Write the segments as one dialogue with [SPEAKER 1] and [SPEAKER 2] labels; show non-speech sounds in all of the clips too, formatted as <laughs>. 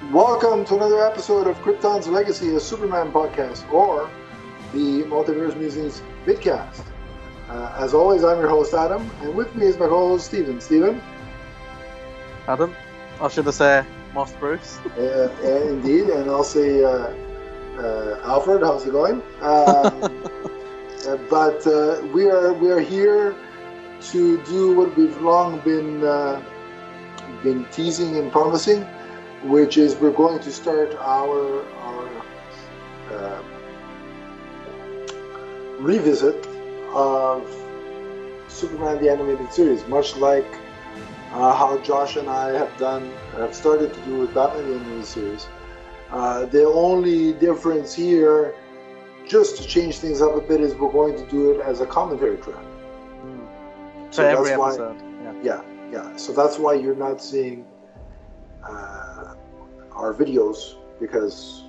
[SPEAKER 1] to another episode of Krypton's Legacy, a Superman podcast, or the Multiverse Musings vidcast. Uh, as always, I'm your host, Adam, and with me is my co host, Steven. Steven?
[SPEAKER 2] Adam? Or should I say, Moss
[SPEAKER 1] <laughs>
[SPEAKER 2] Bruce?
[SPEAKER 1] Uh, uh, indeed, and I'll say, uh, uh, Alfred, how's it going? Um, uh, but uh, we are we are here to do what we've long been uh, been teasing and promising, which is we're going to start our our uh, revisit of Superman the animated series, much like uh, how Josh and I have done have started to do with Batman the animated series. Uh, the only difference here, just to change things up a bit, is we're going to do it as a commentary track.
[SPEAKER 2] So every episode.
[SPEAKER 1] Hmm. Why, yeah, yeah. So that's why you're not seeing uh, our videos because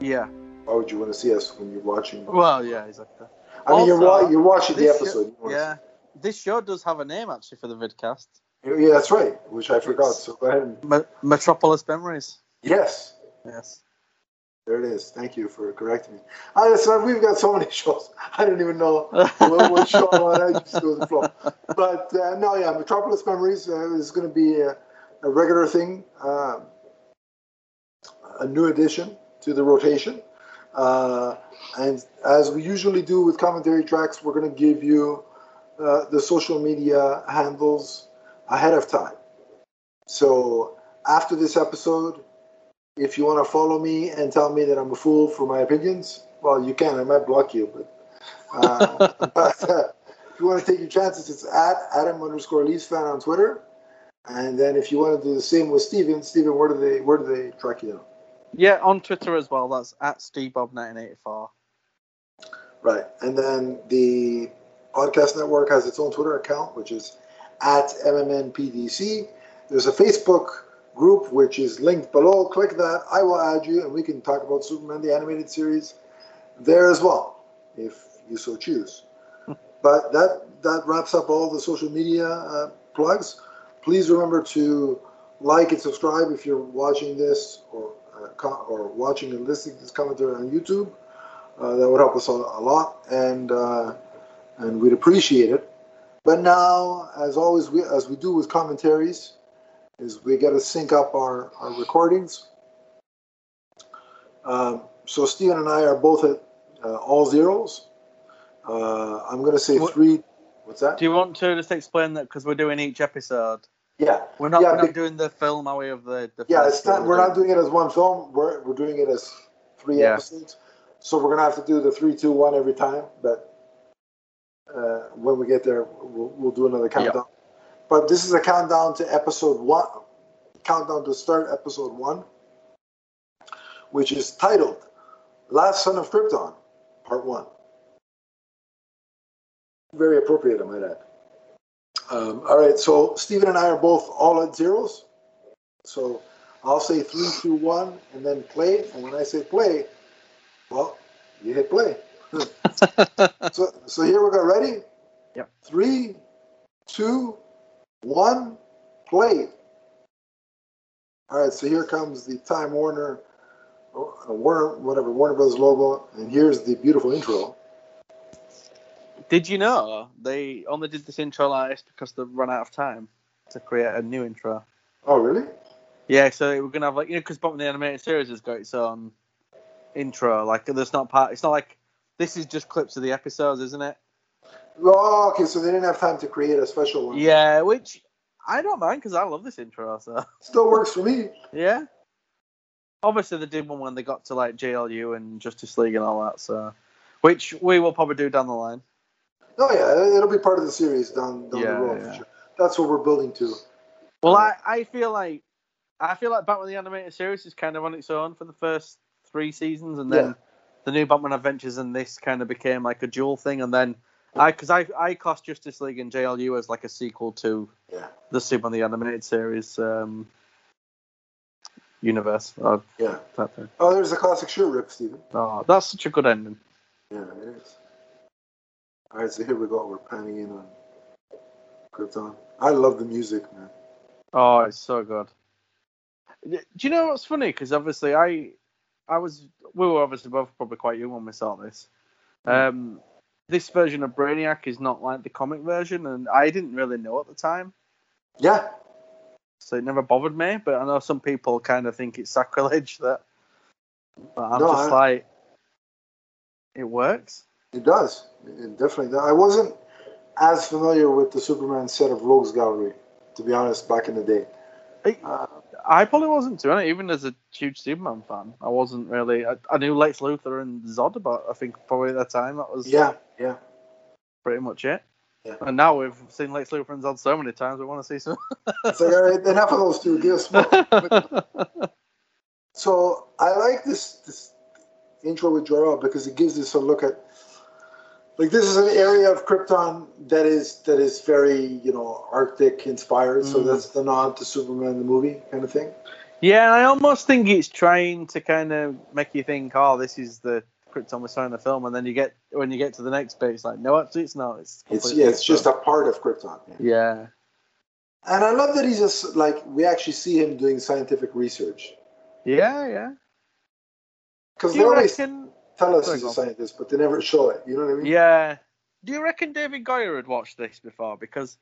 [SPEAKER 2] Yeah. yeah.
[SPEAKER 1] why would you want to see us when you're watching?
[SPEAKER 2] Well, yeah, exactly.
[SPEAKER 1] I mean, you're,
[SPEAKER 2] also,
[SPEAKER 1] wa- you're watching the
[SPEAKER 2] this
[SPEAKER 1] episode. you wanna
[SPEAKER 2] Yeah. This show does have a name actually for the vidcast.
[SPEAKER 1] see- yeah, that's right. Which I forgot. So go ahead. And,
[SPEAKER 2] Me- Metropolis Memories.
[SPEAKER 1] yes.
[SPEAKER 2] Yes.
[SPEAKER 1] There it is. Thank you for correcting me. I so we've got so many <laughs> shows. I don't even know what, what show I'm on. I just go with the flow. But uh, no, yeah, Metropolis Memories uh, is going to be a, a regular thing, uh, a new addition to the rotation. Uh, and as we usually do with commentary tracks, we're going to give you uh, the social media handles ahead of time. So after this episode, if you want to follow me and tell me that I'm a fool for my opinions, well, you can. I might block you, but, uh, but, uh, <laughs> if you want to take your chances, it's at Adam underscore Leafs fan on Twitter. And then if you want to do the same with Steven, Steven, where do they where do they track you down?
[SPEAKER 2] yeah, on Twitter as well. That's at SteveBob1984.
[SPEAKER 1] Right. And then the podcast network has its own Twitter account, which is at MMNPDC. There's a Facebook group which is linked below. Click that. I will add you, and we can talk about Superman the animated series there as well, if you so choose. but that that wraps up all the social media uh, plugs. Please remember to like and subscribe if you're watching this or uh, co- or watching and listening to this commentary on YouTube. Uh, that would help us a, a lot, and uh, and we'd appreciate it. But now, as always, we as we do with commentaries, is we got to sync up our our recordings. Um, so Steven and I are both at uh, all zeros. Uh, I'm going to say
[SPEAKER 2] What-
[SPEAKER 1] three. What's that?
[SPEAKER 2] Do you want to just explain that because we're doing each episode?
[SPEAKER 1] yeah,
[SPEAKER 2] We're not,
[SPEAKER 1] Yeah,
[SPEAKER 2] we're
[SPEAKER 1] be-
[SPEAKER 2] not doing the film, are we? Of the, the
[SPEAKER 1] yeah.
[SPEAKER 2] first
[SPEAKER 1] It's not.
[SPEAKER 2] film,
[SPEAKER 1] We're
[SPEAKER 2] do we?
[SPEAKER 1] not doing it as one film. We're we're doing it as three
[SPEAKER 2] Yeah.
[SPEAKER 1] episodes. So we're going to have to do the three, two, one every time. But uh, when we get there, we'll, we'll do another countdown. But this is a countdown to episode one. Countdown to start episode one, which is titled "Last Son of Krypton," part one. Very appropriate, I might add. Um, all right, so Stephen and I are both all at zeros. So I'll say three, two, one, and then play. And when I say play, well, you hit
[SPEAKER 2] <laughs>
[SPEAKER 1] play. so so here we go. Ready?
[SPEAKER 2] Yep.
[SPEAKER 1] Three, two, one, play. All right. So here comes the Time Warner, or uh, Warner whatever Warner Brothers logo, and here's the beautiful intro.
[SPEAKER 2] <laughs> Did you know they only did this intro like this because they run out of time to create a new intro?
[SPEAKER 1] Oh really?
[SPEAKER 2] Yeah, so we're gonna have like you know because Batman the animated series has got its own intro. Like there's not part. It's not like this is just clips of the episodes, isn't it?
[SPEAKER 1] Oh, okay. So they didn't have time to create a special one.
[SPEAKER 2] Yeah, which I don't mind because I love this intro. So
[SPEAKER 1] Still works for me.
[SPEAKER 2] yeah. Obviously, they did one when they got to like JLU and Justice League and all that. So, which we will probably do down the line.
[SPEAKER 1] Oh yeah, it'll be part of the series down down
[SPEAKER 2] Yeah,
[SPEAKER 1] the road
[SPEAKER 2] yeah.
[SPEAKER 1] for sure. That's what we're building to.
[SPEAKER 2] Well, I, I feel like I feel like Batman the animated series is kind of on its own for the first three seasons, and then
[SPEAKER 1] Yeah.
[SPEAKER 2] the new Batman Adventures and this kind of became like a dual thing, and then I because I I classed Justice League and JLU as like a sequel to
[SPEAKER 1] Yeah.
[SPEAKER 2] the Superman the animated series um, universe. Oh,
[SPEAKER 1] Yeah.
[SPEAKER 2] that thing.
[SPEAKER 1] Oh, there's a classic shirt rip, Steven.
[SPEAKER 2] Oh, that's such a good ending.
[SPEAKER 1] Yeah, it is. All right, so here we go. We're panning in on Krypton. I love the music, man.
[SPEAKER 2] Oh, it's so good. Do you know what's funny? Because obviously I, I was we were obviously both probably quite young when we saw this.
[SPEAKER 1] Hmm.
[SPEAKER 2] Um, this version of Brainiac is not like the comic version, and I didn't really know at the time,
[SPEAKER 1] Yeah,
[SPEAKER 2] so it never bothered me. But I know some people kind of think it's <laughs> sacrilege that. But I'm
[SPEAKER 1] No,
[SPEAKER 2] just
[SPEAKER 1] I-
[SPEAKER 2] like, it works.
[SPEAKER 1] it does. It definitely does. I wasn't as familiar with the Superman set of Rogues Gallery, to be honest, back in the day.
[SPEAKER 2] I-
[SPEAKER 1] Uh,
[SPEAKER 2] I probably wasn't doing it, even as a huge Superman fan. I wasn't really. I, I knew Lex Luthor and Zod about. I think probably at that time that was
[SPEAKER 1] yeah, yeah.
[SPEAKER 2] pretty much it.
[SPEAKER 1] Yeah.
[SPEAKER 2] And now we've seen Lex Luthor and Zod so many times. We want to
[SPEAKER 1] <laughs>
[SPEAKER 2] see some.
[SPEAKER 1] It's like, all right, enough of those two. Give us more.
[SPEAKER 2] <laughs>
[SPEAKER 1] So I like this this intro with Jor-El because it gives us a look at like this is an area of Krypton that is that is very you know Arctic inspired. So
[SPEAKER 2] Mm.
[SPEAKER 1] that's the nod to Superman the movie kind of thing.
[SPEAKER 2] yeah, and I almost think it's trying to kind of make you think, oh, this is the Krypton we saw in the film, and then you get when you get to the next bit, it's like, no, actually, it's not. It's
[SPEAKER 1] It's
[SPEAKER 2] completely
[SPEAKER 1] yeah, it's just
[SPEAKER 2] different.
[SPEAKER 1] a part of Krypton.
[SPEAKER 2] yeah,
[SPEAKER 1] And I love that he's just like we actually see him doing scientific research
[SPEAKER 2] yeah, yeah.
[SPEAKER 1] because
[SPEAKER 2] Do
[SPEAKER 1] they
[SPEAKER 2] you
[SPEAKER 1] always
[SPEAKER 2] reckon?
[SPEAKER 1] tell us
[SPEAKER 2] Sorry,
[SPEAKER 1] he's
[SPEAKER 2] go
[SPEAKER 1] a
[SPEAKER 2] on.
[SPEAKER 1] scientist, but they never show it. You know what I mean?
[SPEAKER 2] Yeah. Do you reckon David Goyer had watched this before? Because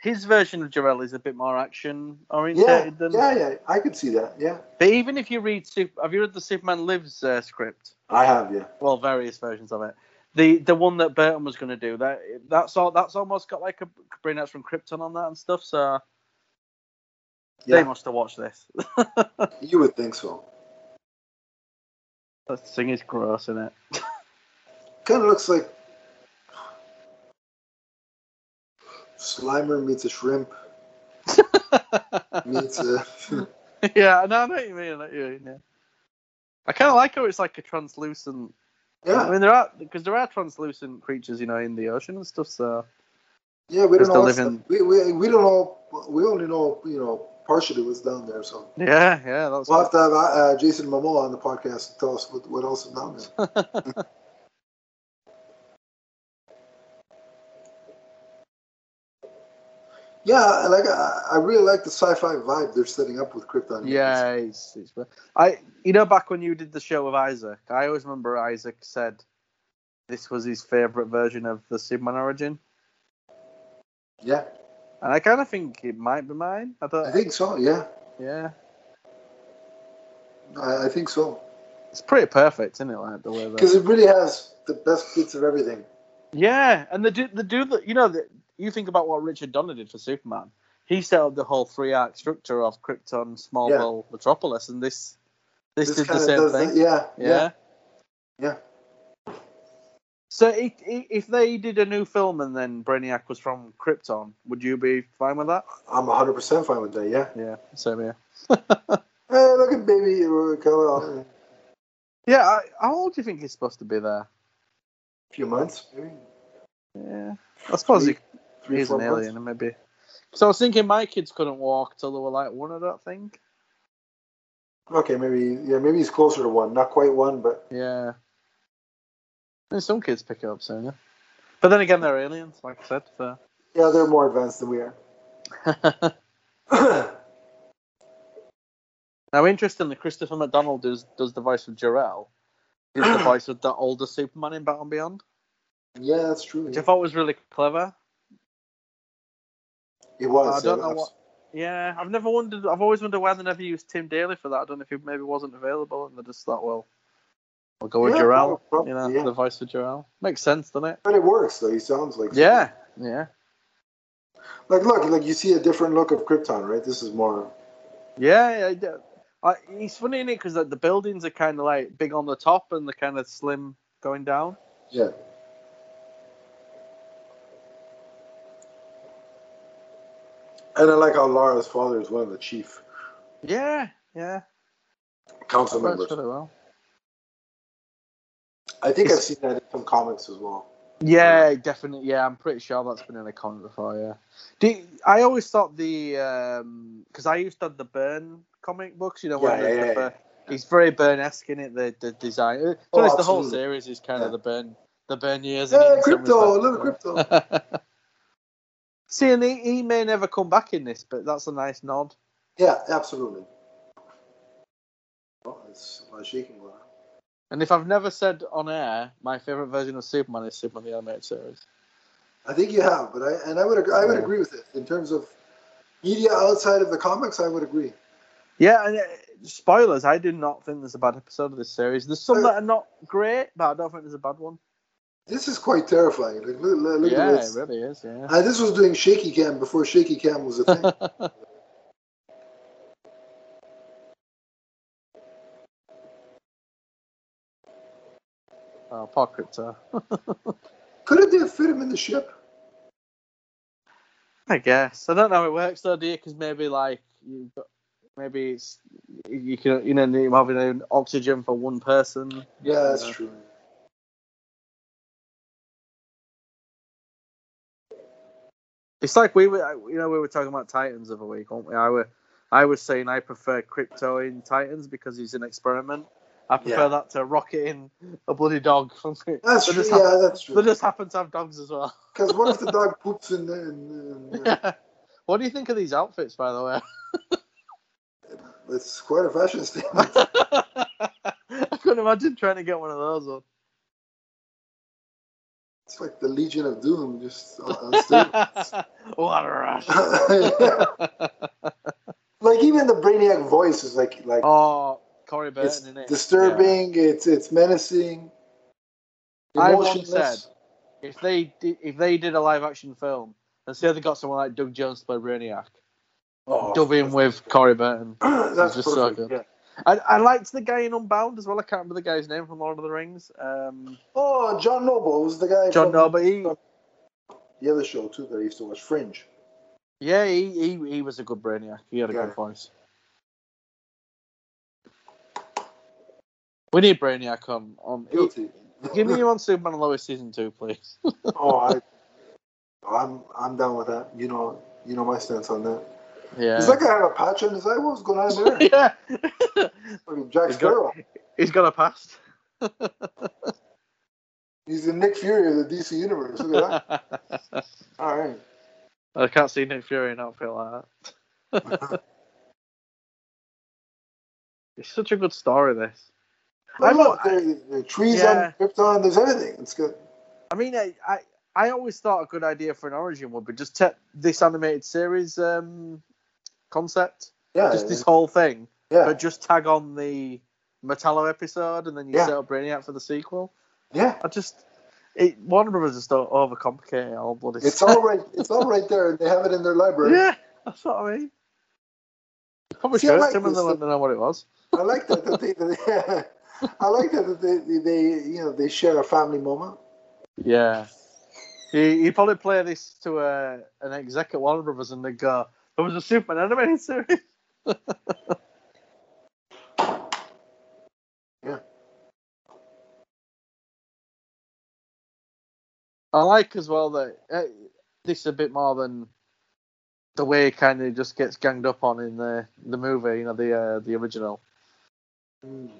[SPEAKER 2] his version of Jarell is a bit more action
[SPEAKER 1] yeah,
[SPEAKER 2] oriented than.
[SPEAKER 1] yeah, yeah. I could see that. Yeah,
[SPEAKER 2] But even if you read, Sup- have you read the Superman Lives uh, script?
[SPEAKER 1] I have. Yeah,
[SPEAKER 2] Well, various versions of it. The the one that Burton was going to do that that's all that's almost got like a Brainiacs from Krypton on that and stuff. So
[SPEAKER 1] yeah.
[SPEAKER 2] they must have watched this. <laughs>
[SPEAKER 1] You would think so.
[SPEAKER 2] That thing is gross, isn't it?
[SPEAKER 1] Kind of looks like Slimer meets a shrimp meets a.
[SPEAKER 2] <laughs> yeah, no, I know what you mean. I know what you mean, yeah. I kind of like how it's like a translucent I
[SPEAKER 1] yeah,
[SPEAKER 2] mean, there are because there are translucent creatures, you know, in the ocean and stuff. So
[SPEAKER 1] yeah. We
[SPEAKER 2] Just
[SPEAKER 1] don't know.
[SPEAKER 2] a
[SPEAKER 1] What's
[SPEAKER 2] living-
[SPEAKER 1] we, we we don't know. We only know you know partially what's down there. So
[SPEAKER 2] yeah, yeah, that's
[SPEAKER 1] we'll have to have uh, Jason Momoa on the podcast to tell us what, what else is down there. yeah, and like I, I really like the sci-fi vibe they're setting up with Krypton. here.
[SPEAKER 2] yeah. It's, it's, I you know back when you did the show with Isaac, I always remember Isaac said this was his favorite version of the Superman origin,
[SPEAKER 1] yeah.
[SPEAKER 2] and I kind of think it might be mine. I
[SPEAKER 1] I
[SPEAKER 2] thought,
[SPEAKER 1] think so. Yeah,
[SPEAKER 2] yeah,
[SPEAKER 1] I, I think so
[SPEAKER 2] it's pretty perfect, isn't it? Like the way
[SPEAKER 1] because
[SPEAKER 2] that.
[SPEAKER 1] it really has the best bits of everything.
[SPEAKER 2] Yeah, and they do they do the you know the, you think about what Richard Donner did for Superman. He set up the whole three arc structure of Krypton, Smallville, Metropolis, and this this, did the
[SPEAKER 1] kinda
[SPEAKER 2] same
[SPEAKER 1] does
[SPEAKER 2] thing.
[SPEAKER 1] that- Yeah,
[SPEAKER 2] Yeah.
[SPEAKER 1] yeah, Yeah.
[SPEAKER 2] So i i if they did a new film and then Brainiac was from Krypton, would you be fine with that?
[SPEAKER 1] I'm 100 percent fine with that. Yeah.
[SPEAKER 2] Yeah, same here.
[SPEAKER 1] Hey, look at baby uh, Kal-El.
[SPEAKER 2] Yeah, I, how old do you think he's supposed to be there?
[SPEAKER 1] A few months, maybe
[SPEAKER 2] Yeah, I suppose he,
[SPEAKER 1] three,
[SPEAKER 2] he's
[SPEAKER 1] four
[SPEAKER 2] an
[SPEAKER 1] months.
[SPEAKER 2] alien, maybe. So I was thinking my kids couldn't walk till they were like one, I don't think.
[SPEAKER 1] Okay, maybe yeah, maybe he's closer to one, not quite one, but
[SPEAKER 2] Yeah. And some kids pick it up sooner. But then again, they're aliens, like I said. So.
[SPEAKER 1] yeah, they're more advanced than we are. <coughs>
[SPEAKER 2] <laughs> now, interestingly, Christopher McDonald does does the voice of Jarell. Did <clears throat> the voice of the older Superman in Battle Beyond,
[SPEAKER 1] yeah, that's true.
[SPEAKER 2] which I
[SPEAKER 1] Yeah.
[SPEAKER 2] thought was really clever.
[SPEAKER 1] It was.
[SPEAKER 2] I don't
[SPEAKER 1] yeah,
[SPEAKER 2] know what. Yeah, I've never wondered. I've always wondered why they never used Tim Daly for that. I don't know if he maybe wasn't available, and they just thought, well, we'll go with
[SPEAKER 1] Yeah,
[SPEAKER 2] Jarell.
[SPEAKER 1] probably,
[SPEAKER 2] You know,
[SPEAKER 1] yeah.
[SPEAKER 2] the voice of Jarell makes sense, doesn't it?
[SPEAKER 1] But it works though. He sounds like
[SPEAKER 2] Yeah, yeah,
[SPEAKER 1] Like look, like you see a different look of Krypton, right? This is more.
[SPEAKER 2] yeah. I d- I, it's funny in it because like, the buildings are kind of like big on the top and they're kind of slim going down.
[SPEAKER 1] Yeah. And I like how Lara's father is one of the chief
[SPEAKER 2] Yeah, yeah.
[SPEAKER 1] council
[SPEAKER 2] That
[SPEAKER 1] members.
[SPEAKER 2] works really well.
[SPEAKER 1] I think I've seen that in some comics as well.
[SPEAKER 2] Yeah, definitely. Yeah, I'm pretty sure that's been in a comic before. Yeah, Do you- I always thought the because I used to have the Burn comic books. You know, where
[SPEAKER 1] Yeah,
[SPEAKER 2] there's
[SPEAKER 1] yeah,
[SPEAKER 2] the
[SPEAKER 1] yeah,
[SPEAKER 2] Burn- he's very Burn-esque in it. The, the design, Uh, to be
[SPEAKER 1] Oh,
[SPEAKER 2] honest, the whole
[SPEAKER 1] absolutely.
[SPEAKER 2] series is kind
[SPEAKER 1] Yeah.
[SPEAKER 2] of the Burn, the Burn years. isn't it,
[SPEAKER 1] Yeah,
[SPEAKER 2] in some
[SPEAKER 1] crypto, a
[SPEAKER 2] respects?
[SPEAKER 1] little crypto.
[SPEAKER 2] <laughs> See, and he, he may never come back in this, but that's a nice nod.
[SPEAKER 1] Yeah, absolutely. as far as she can go.
[SPEAKER 2] And if I've never said on air, my favorite version of Superman is Superman the Animated Series.
[SPEAKER 1] I think you have, but I and I would ag- I would
[SPEAKER 2] Yeah.
[SPEAKER 1] agree with it in terms of media outside of the comics. I would agree.
[SPEAKER 2] Yeah, and uh, spoilers. I do not think there's a bad episode of this series. There's some
[SPEAKER 1] Uh,
[SPEAKER 2] that are not great, but I don't think there's a bad one.
[SPEAKER 1] This is quite terrifying. Like, look, look- look
[SPEAKER 2] yeah,
[SPEAKER 1] at
[SPEAKER 2] it
[SPEAKER 1] this.
[SPEAKER 2] really is. Yeah.
[SPEAKER 1] Uh, this was doing shaky cam before shaky cam was a
[SPEAKER 2] <laughs>
[SPEAKER 1] thing.
[SPEAKER 2] oh, poor Crypto.
[SPEAKER 1] Couldn't they fit him in the ship?
[SPEAKER 2] I guess I don't know how it works though, do you? Because maybe like you, maybe it's you can you know you having an oxygen for one person.
[SPEAKER 1] Yeah, that's
[SPEAKER 2] Yeah.
[SPEAKER 1] true.
[SPEAKER 2] It's like we were you know we were talking about Titans of a week, weren't we? I were I was saying I prefer Crypto in Titans because he's an experiment. I prefer
[SPEAKER 1] Yeah.
[SPEAKER 2] that to rocketing a bloody dog <laughs> from.
[SPEAKER 1] That's
[SPEAKER 2] They
[SPEAKER 1] true.
[SPEAKER 2] just
[SPEAKER 1] Yeah, that's
[SPEAKER 2] They
[SPEAKER 1] true.
[SPEAKER 2] just happen to have dogs as well.
[SPEAKER 1] Because what if the dog poops in the? In, in,
[SPEAKER 2] <laughs> what do you think of these outfits, by the way?
[SPEAKER 1] it's quite a fashion statement.
[SPEAKER 2] <laughs>
[SPEAKER 1] <laughs>
[SPEAKER 2] I couldn't imagine trying to get one of those <laughs> on.
[SPEAKER 1] It's like the Legion of Doom, just on, on
[SPEAKER 2] <laughs>
[SPEAKER 1] steroids.
[SPEAKER 2] what a rush.
[SPEAKER 1] Yeah. <laughs> Like even the Brainiac voice is like like
[SPEAKER 2] <laughs> oh, Corey Burton,
[SPEAKER 1] it's
[SPEAKER 2] is it?
[SPEAKER 1] disturbing. It's it's menacing.
[SPEAKER 2] I once
[SPEAKER 1] Emotionless.
[SPEAKER 2] said- Yeah. If they did, if they did a live action film and say they got someone like Doug Jones to play Brainiac,
[SPEAKER 1] oh,
[SPEAKER 2] dub him with Corey Burton.
[SPEAKER 1] <clears throat> that's perfect.
[SPEAKER 2] just so good.
[SPEAKER 1] yeah.
[SPEAKER 2] I, I liked the guy in Unbound as well. I can't remember the guy's name from Lord of the Rings. Um,
[SPEAKER 1] Oh, John Noble was the guy.
[SPEAKER 2] John
[SPEAKER 1] from
[SPEAKER 2] Noble. He,
[SPEAKER 1] The other show too that I used to watch, Fringe.
[SPEAKER 2] yeah, he, he he was a good Brainiac. He had a
[SPEAKER 1] Yeah.
[SPEAKER 2] good voice. We need Brainiac on on.
[SPEAKER 1] Guilty.
[SPEAKER 2] Give me him on Superman and Lois season two, please. <laughs>
[SPEAKER 1] oh, I, I'm I'm down with that. You know, you know my stance on that.
[SPEAKER 2] Yeah.
[SPEAKER 1] Does that guy have a patch on his eye? What's going on there?
[SPEAKER 2] <laughs> yeah.
[SPEAKER 1] Fucking Jack
[SPEAKER 2] He's got-
[SPEAKER 1] Sparrow.
[SPEAKER 2] He's got a past.
[SPEAKER 1] He's the Nick Fury of the DC universe. Look
[SPEAKER 2] <laughs>
[SPEAKER 1] at that.
[SPEAKER 2] <laughs> I
[SPEAKER 1] All right.
[SPEAKER 2] can't see Nick Fury in an outfit like that. <laughs> it's such a good story, this.
[SPEAKER 1] But
[SPEAKER 2] I
[SPEAKER 1] look,
[SPEAKER 2] know-
[SPEAKER 1] there, there are trees
[SPEAKER 2] Yeah.
[SPEAKER 1] on Krypton. There's everything. It's good.
[SPEAKER 2] I mean, I, I, I always thought a good idea for an origin would be just take this animated series um, concept,
[SPEAKER 1] Yeah.
[SPEAKER 2] just this whole thing,
[SPEAKER 1] yeah.
[SPEAKER 2] but just tag on the Metallo episode and then you
[SPEAKER 1] Yeah.
[SPEAKER 2] set up Brainiac for the sequel.
[SPEAKER 1] Yeah.
[SPEAKER 2] I just. It, Warner Brothers just don't overcomplicate it all bloody <laughs>
[SPEAKER 1] It's
[SPEAKER 2] stuff.
[SPEAKER 1] all right. It's all right there. They have it in their library.
[SPEAKER 2] Yeah, that's what I mean. Probably
[SPEAKER 1] See,
[SPEAKER 2] should
[SPEAKER 1] I like
[SPEAKER 2] him and
[SPEAKER 1] this.
[SPEAKER 2] they wouldn't know what it was.
[SPEAKER 1] I like that. that they, that they- <laughs> I like that, that they, they, you know, they share a family moment.
[SPEAKER 2] Yeah. He he probably play this to a, an exec at Warner Brothers and they go, there was a Superman animated series.
[SPEAKER 1] Yeah.
[SPEAKER 2] I like as well that uh, this is a bit more than the way it kind of just gets ganged up on in the, the movie, you know, the uh, the original.
[SPEAKER 1] Mm.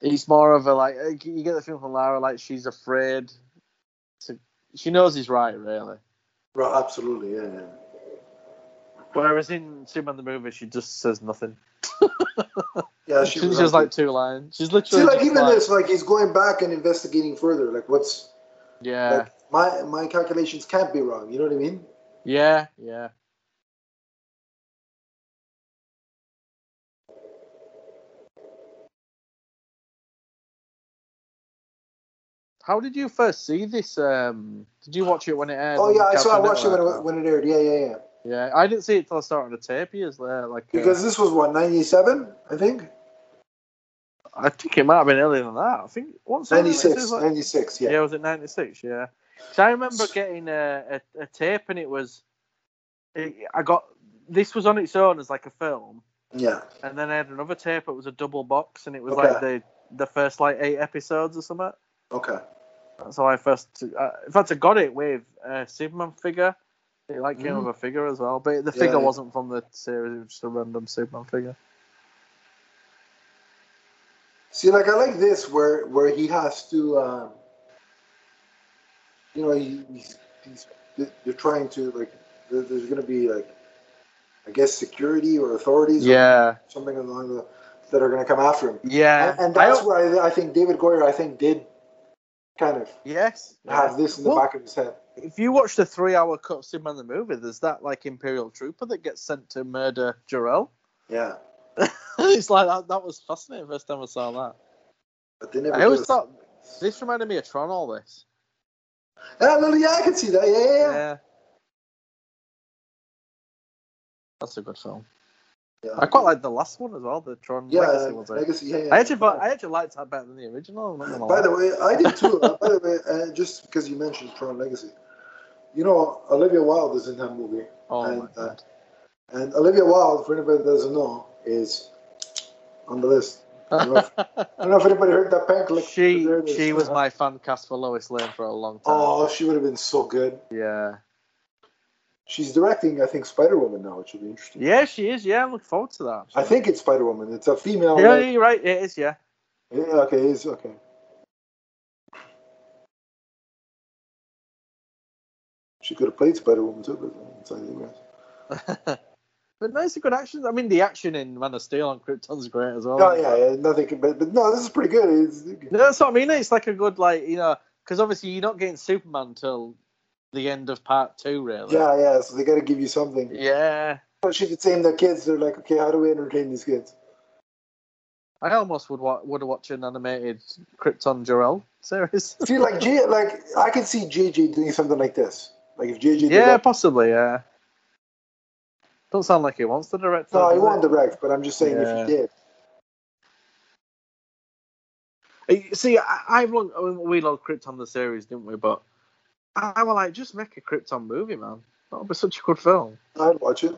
[SPEAKER 2] He's more of a like uh, you get the feeling from Lara like she's afraid to she knows he's right really.
[SPEAKER 1] Right, absolutely. Yeah. yeah.
[SPEAKER 2] Whereas in Superman the movie she just says nothing.
[SPEAKER 1] Yeah, she
[SPEAKER 2] She's
[SPEAKER 1] was
[SPEAKER 2] just
[SPEAKER 1] on-
[SPEAKER 2] like two lines. She's
[SPEAKER 1] See,
[SPEAKER 2] literally
[SPEAKER 1] like
[SPEAKER 2] just
[SPEAKER 1] even
[SPEAKER 2] like,
[SPEAKER 1] this, like he's going back and investigating further. Like, what's
[SPEAKER 2] Yeah,
[SPEAKER 1] like my my calculations can't be wrong. You know what I mean?
[SPEAKER 2] yeah, yeah. How did you first see this? Um, did you watch it when it aired?
[SPEAKER 1] Oh
[SPEAKER 2] on
[SPEAKER 1] yeah, I saw. I
[SPEAKER 2] Cartoon
[SPEAKER 1] watched it when
[SPEAKER 2] Network?
[SPEAKER 1] it, when it aired. Yeah, yeah, yeah.
[SPEAKER 2] Yeah, I didn't see it till I started the tape years later. Like uh,
[SPEAKER 1] Because this was what ninety seven, I think.
[SPEAKER 2] I think it might have been earlier than that. I think once
[SPEAKER 1] 96, 96,
[SPEAKER 2] Yeah.
[SPEAKER 1] Yeah.
[SPEAKER 2] was it ninety six? Yeah, 'Cause I remember getting a, a, a tape and it was, it, I got this was on its own as like a film,
[SPEAKER 1] Yeah.
[SPEAKER 2] and then I had another tape. It was a double box, and it was
[SPEAKER 1] Okay.
[SPEAKER 2] like the the first like eight episodes or something.
[SPEAKER 1] Okay.
[SPEAKER 2] That's how I first. Uh, in fact, I got it with a Superman figure. It like came
[SPEAKER 1] Mm.
[SPEAKER 2] with a figure as well, but the
[SPEAKER 1] Yeah,
[SPEAKER 2] figure
[SPEAKER 1] yeah.
[SPEAKER 2] wasn't from the series. It was just a random Superman figure.
[SPEAKER 1] See, like I like this where where he has to, um, you know, he, he's, he's they're trying to like there- there's going to be like, I guess security or authorities or
[SPEAKER 2] Yeah,
[SPEAKER 1] something along the that are going to come after him.
[SPEAKER 2] Yeah,
[SPEAKER 1] And, and that's
[SPEAKER 2] I-
[SPEAKER 1] where I, I think David Goyer, I think, did kind of
[SPEAKER 2] yes.
[SPEAKER 1] have this in the
[SPEAKER 2] Well-
[SPEAKER 1] back of his head.
[SPEAKER 2] If you watch the three-hour cutscene of the movie, there's that like Imperial trooper that gets sent to murder Jarrell. <laughs>
[SPEAKER 1] Yeah,
[SPEAKER 2] it's like that. That was fascinating. First time I saw that.
[SPEAKER 1] but they never.
[SPEAKER 2] I always
[SPEAKER 1] did.
[SPEAKER 2] thought this reminded me of Tron. All this.
[SPEAKER 1] Yeah, no, yeah, I can see that. Yeah, yeah, yeah.
[SPEAKER 2] That's a good film.
[SPEAKER 1] Yeah.
[SPEAKER 2] I quite like the last one as well, the Tron
[SPEAKER 1] Yeah,
[SPEAKER 2] Legacy one. sorry.
[SPEAKER 1] Legacy, yeah, yeah.
[SPEAKER 2] I actually, thought, I actually liked that better than the original. I'm not gonna
[SPEAKER 1] By
[SPEAKER 2] lie.
[SPEAKER 1] the way, I did too. uh, by the way, uh, just because you mentioned Tron Legacy, you know Olivia Wilde is in that movie,
[SPEAKER 2] oh my
[SPEAKER 1] and, uh,
[SPEAKER 2] god.
[SPEAKER 1] and Olivia Wilde, for anybody that doesn't know, is on the list. I <laughs> don't know if, I don't know if anybody heard that pank lick.
[SPEAKER 2] she
[SPEAKER 1] There it is.
[SPEAKER 2] she was my fan cast for Lois Lane for a long time.
[SPEAKER 1] Oh, she would have been so good.
[SPEAKER 2] yeah,
[SPEAKER 1] She's directing, I think, Spider Woman now, which will be interesting.
[SPEAKER 2] yeah, she is. Yeah, I look forward to that.
[SPEAKER 1] I
[SPEAKER 2] actually.
[SPEAKER 1] think it's Spider Woman. It's a female.
[SPEAKER 2] Yeah,
[SPEAKER 1] like-
[SPEAKER 2] you're right. It is. Yeah.
[SPEAKER 1] yeah, okay, it's okay. She could have played Spider Woman too, but it's anyway.
[SPEAKER 2] but no, it's a good action. I mean, the action in Man of Steel on Krypton's great as well.
[SPEAKER 1] No, Oh, yeah, yeah, nothing. can- But, but no, this is pretty good. It's,
[SPEAKER 2] No, that's what Oh I mean. It's like a good, like you know, because obviously you're not getting Superman till the end of part two, really.
[SPEAKER 1] yeah, yeah. So they got to give you something.
[SPEAKER 2] Yeah.
[SPEAKER 1] But she could same the kids. They're like, okay, how do we entertain these kids?
[SPEAKER 2] I almost would wa- would watch an animated Krypton Jarell
[SPEAKER 1] <laughs>
[SPEAKER 2] series.
[SPEAKER 1] See, like G, like I can see JJ doing something like this. Like if JJ, did
[SPEAKER 2] yeah,
[SPEAKER 1] that-
[SPEAKER 2] possibly. Yeah. Don't sound like he wants to direct. that,
[SPEAKER 1] no, he
[SPEAKER 2] does
[SPEAKER 1] won't
[SPEAKER 2] it?
[SPEAKER 1] direct. But I'm just saying,
[SPEAKER 2] Yeah.
[SPEAKER 1] if he did,
[SPEAKER 2] You See, I, I've long I mean, we loved Krypton the series, didn't we? But I, I was like, just make a Krypton movie, man. That would be such a good film.
[SPEAKER 1] I'd watch it.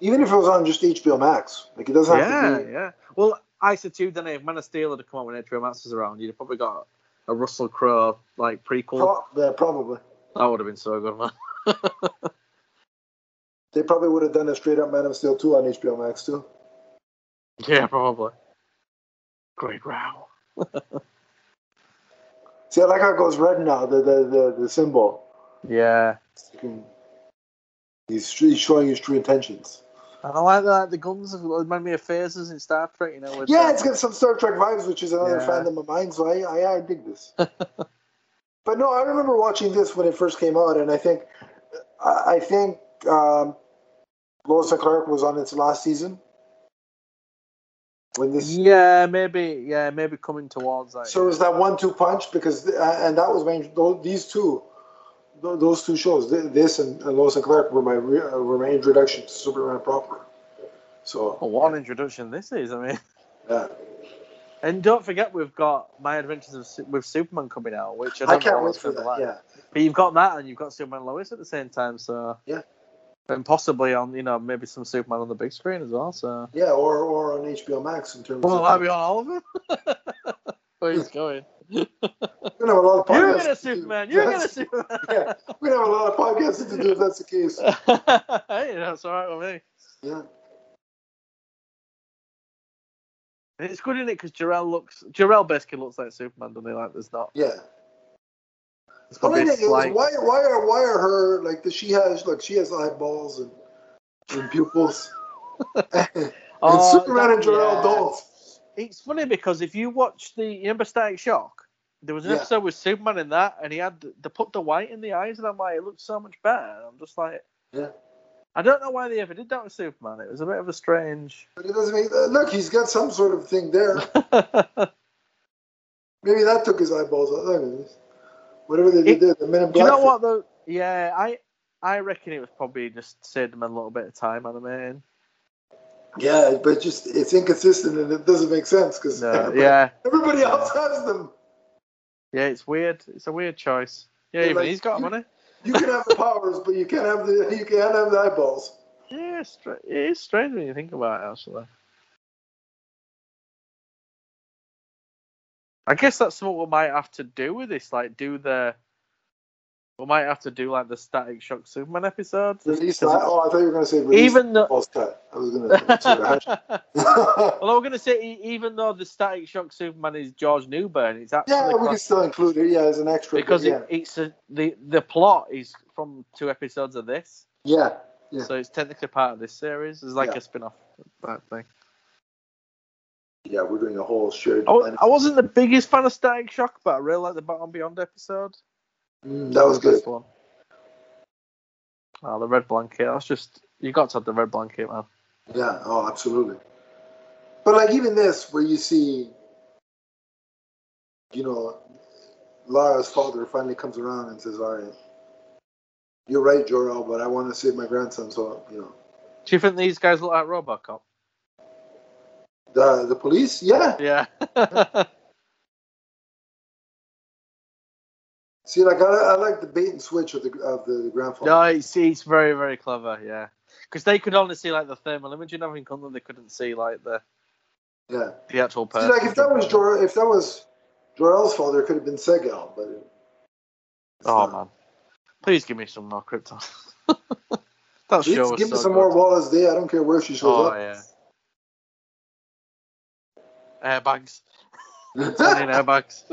[SPEAKER 1] Even if it was on just HBO Max, like it doesn't have
[SPEAKER 2] Yeah,
[SPEAKER 1] to be.
[SPEAKER 2] yeah. Well, I said to you, then if Man of Steel had come out when HBO Max was around, you'd have probably got a Russell Crowe like prequel.
[SPEAKER 1] Pro- yeah, probably
[SPEAKER 2] That would have been so good, man. <laughs>
[SPEAKER 1] they probably would have done a straight up Man of Steel two on HBO Max too.
[SPEAKER 2] yeah, probably. Great row.
[SPEAKER 1] See, I like how it goes red now. The the the, the symbol.
[SPEAKER 2] Yeah,
[SPEAKER 1] You can- He's, he's showing his true intentions.
[SPEAKER 2] and I like the, like, the guns. Of, it reminded me of phasers in Star Trek. You know, with
[SPEAKER 1] Yeah,
[SPEAKER 2] the-
[SPEAKER 1] it's got some Star Trek vibes, which is another
[SPEAKER 2] Yeah.
[SPEAKER 1] fandom of mine, so I, I, I dig
[SPEAKER 2] <laughs>
[SPEAKER 1] this. but no, I remember watching this when it first came out, and I think I I think um, Lois and Clark was on its last season. When this,
[SPEAKER 2] yeah, maybe, yeah, maybe coming towards that.
[SPEAKER 1] so it was that one-two punch because, uh, and that was when tho- these two, tho- those two shows, thi- this and, and Lois and Clark were my re- uh, were my introduction to Superman proper. So
[SPEAKER 2] Oh, what an introduction this is! I mean, <laughs>
[SPEAKER 1] yeah.
[SPEAKER 2] and don't forget we've got My Adventures of, Su- with Superman coming out, which I,
[SPEAKER 1] I
[SPEAKER 2] don't know
[SPEAKER 1] can't
[SPEAKER 2] what's
[SPEAKER 1] wait for
[SPEAKER 2] gonna
[SPEAKER 1] that.
[SPEAKER 2] be like.
[SPEAKER 1] Yeah,
[SPEAKER 2] But you've got that, and you've got Superman and Lois at the same time, so
[SPEAKER 1] Yeah.
[SPEAKER 2] and possibly on you know maybe some Superman on the big screen as well. So
[SPEAKER 1] yeah, or or on HBO Max in terms
[SPEAKER 2] well,
[SPEAKER 1] of.
[SPEAKER 2] I'll be on all of them. <laughs> Where
[SPEAKER 1] <laughs>
[SPEAKER 2] he's going?
[SPEAKER 1] We're gonna have a lot of
[SPEAKER 2] You're
[SPEAKER 1] podcasts
[SPEAKER 2] gonna
[SPEAKER 1] to do.
[SPEAKER 2] Superman. You're gonna
[SPEAKER 1] That's-
[SPEAKER 2] Superman.
[SPEAKER 1] <laughs> Yeah, we're gonna have a lot of podcasts to do if that's the case.
[SPEAKER 2] <laughs> hey, that's all right with me.
[SPEAKER 1] Yeah,
[SPEAKER 2] And it's good, isn't it? Because Jarrell looks Jarrell basically looks like Superman, doesn't he? Like there's not.
[SPEAKER 1] yeah.
[SPEAKER 2] It's
[SPEAKER 1] Funny
[SPEAKER 2] probably
[SPEAKER 1] thing is,
[SPEAKER 2] slight.
[SPEAKER 1] why why are why are her like does she has like she has eyeballs and, and pupils, and
[SPEAKER 2] Oh,
[SPEAKER 1] Superman
[SPEAKER 2] that-
[SPEAKER 1] and Jor-El
[SPEAKER 2] yeah.
[SPEAKER 1] don't.
[SPEAKER 2] It's funny because if you watch the you remember Static Shock, there was an
[SPEAKER 1] Yeah.
[SPEAKER 2] episode with Superman in that, and he had they put the white in the eyes, and I'm like, it looks so much better. And I'm just like,
[SPEAKER 1] Yeah.
[SPEAKER 2] I don't know why they ever did that with Superman. It was a bit of
[SPEAKER 1] <laughs>
[SPEAKER 2] a strange.
[SPEAKER 1] But it doesn't make uh, look. He's got some sort of thing there.
[SPEAKER 2] Do
[SPEAKER 1] Maybe that took his eyeballs out. Look at this. Whatever they did,
[SPEAKER 2] It-
[SPEAKER 1] there, the men in black.
[SPEAKER 2] you know what though? Yeah, I I reckon it was probably just saved them a little bit of time
[SPEAKER 1] <laughs>
[SPEAKER 2] animating.
[SPEAKER 1] Yeah, but it's just it's inconsistent and it doesn't make sense because
[SPEAKER 2] No, yeah,
[SPEAKER 1] everybody else has them.
[SPEAKER 2] yeah, it's weird. It's a weird choice. Yeah,
[SPEAKER 1] Yeah,
[SPEAKER 2] even
[SPEAKER 1] like,
[SPEAKER 2] he's got money.
[SPEAKER 1] You can have the powers, but you can't have the you can't have the eyeballs.
[SPEAKER 2] Yeah, it's stra- it is strange when you think about it, actually. I guess that's what we might have to do with this. Like, do the. We might have to do, like, the Static Shock Superman episode.
[SPEAKER 1] Release
[SPEAKER 2] Because
[SPEAKER 1] that. Oh, I thought you were going to say release
[SPEAKER 2] Even <laughs> the-
[SPEAKER 1] eyeballs cut. I was going
[SPEAKER 2] <laughs>
[SPEAKER 1] to.
[SPEAKER 2] it's- well, I'm going to say, e- even though the Static Shock Superman is George Newburn, it's
[SPEAKER 1] <laughs>
[SPEAKER 2] actually.
[SPEAKER 1] yeah, we can
[SPEAKER 2] classed-
[SPEAKER 1] still include it. Yeah, as an extra. but
[SPEAKER 2] because
[SPEAKER 1] yeah,
[SPEAKER 2] it, it's a, the, the plot is from two episodes of this.
[SPEAKER 1] yeah, Yeah.
[SPEAKER 2] So it's technically part of this series. It's like
[SPEAKER 1] Yeah.
[SPEAKER 2] a spin off type thing.
[SPEAKER 1] Yeah, we're doing a whole shared.
[SPEAKER 2] I, wa-
[SPEAKER 1] planet.
[SPEAKER 2] Oh, I wasn't the biggest fan of Static Shock, but I really liked the Batman Beyond episode.
[SPEAKER 1] Mm, that was good.
[SPEAKER 2] This one. Oh, the red blanket. That's just you got to have the red blanket, man.
[SPEAKER 1] Yeah. Oh, absolutely. But like even this, where you see, you know, Lara's father finally comes around and says, "All right, you're right, Jor-El, but I want to save my grandson." So you know,
[SPEAKER 2] Do you think these guys look like Robocop?
[SPEAKER 1] the the police, yeah.
[SPEAKER 2] Yeah. <laughs>
[SPEAKER 1] See, like I, I like the bait and switch of the of the grandfather.
[SPEAKER 2] no, it's, it's very very clever. Yeah, because they could only see like the thermal image and everything, couldn't they? They couldn't see like the
[SPEAKER 1] Yeah.
[SPEAKER 2] the actual
[SPEAKER 1] See,
[SPEAKER 2] person.
[SPEAKER 1] like if that was Jor, if that was Jor-El's father, it could have been Segal, but. it's
[SPEAKER 2] Oh
[SPEAKER 1] not.
[SPEAKER 2] man, please give me some more Krypton. <laughs> that
[SPEAKER 1] Please
[SPEAKER 2] show was
[SPEAKER 1] give
[SPEAKER 2] so
[SPEAKER 1] me some
[SPEAKER 2] good.
[SPEAKER 1] more Wallace Day. I don't care where she shows
[SPEAKER 2] Oh
[SPEAKER 1] up.
[SPEAKER 2] yeah. Airbags,
[SPEAKER 1] <laughs>
[SPEAKER 2] Sending <laughs> airbags.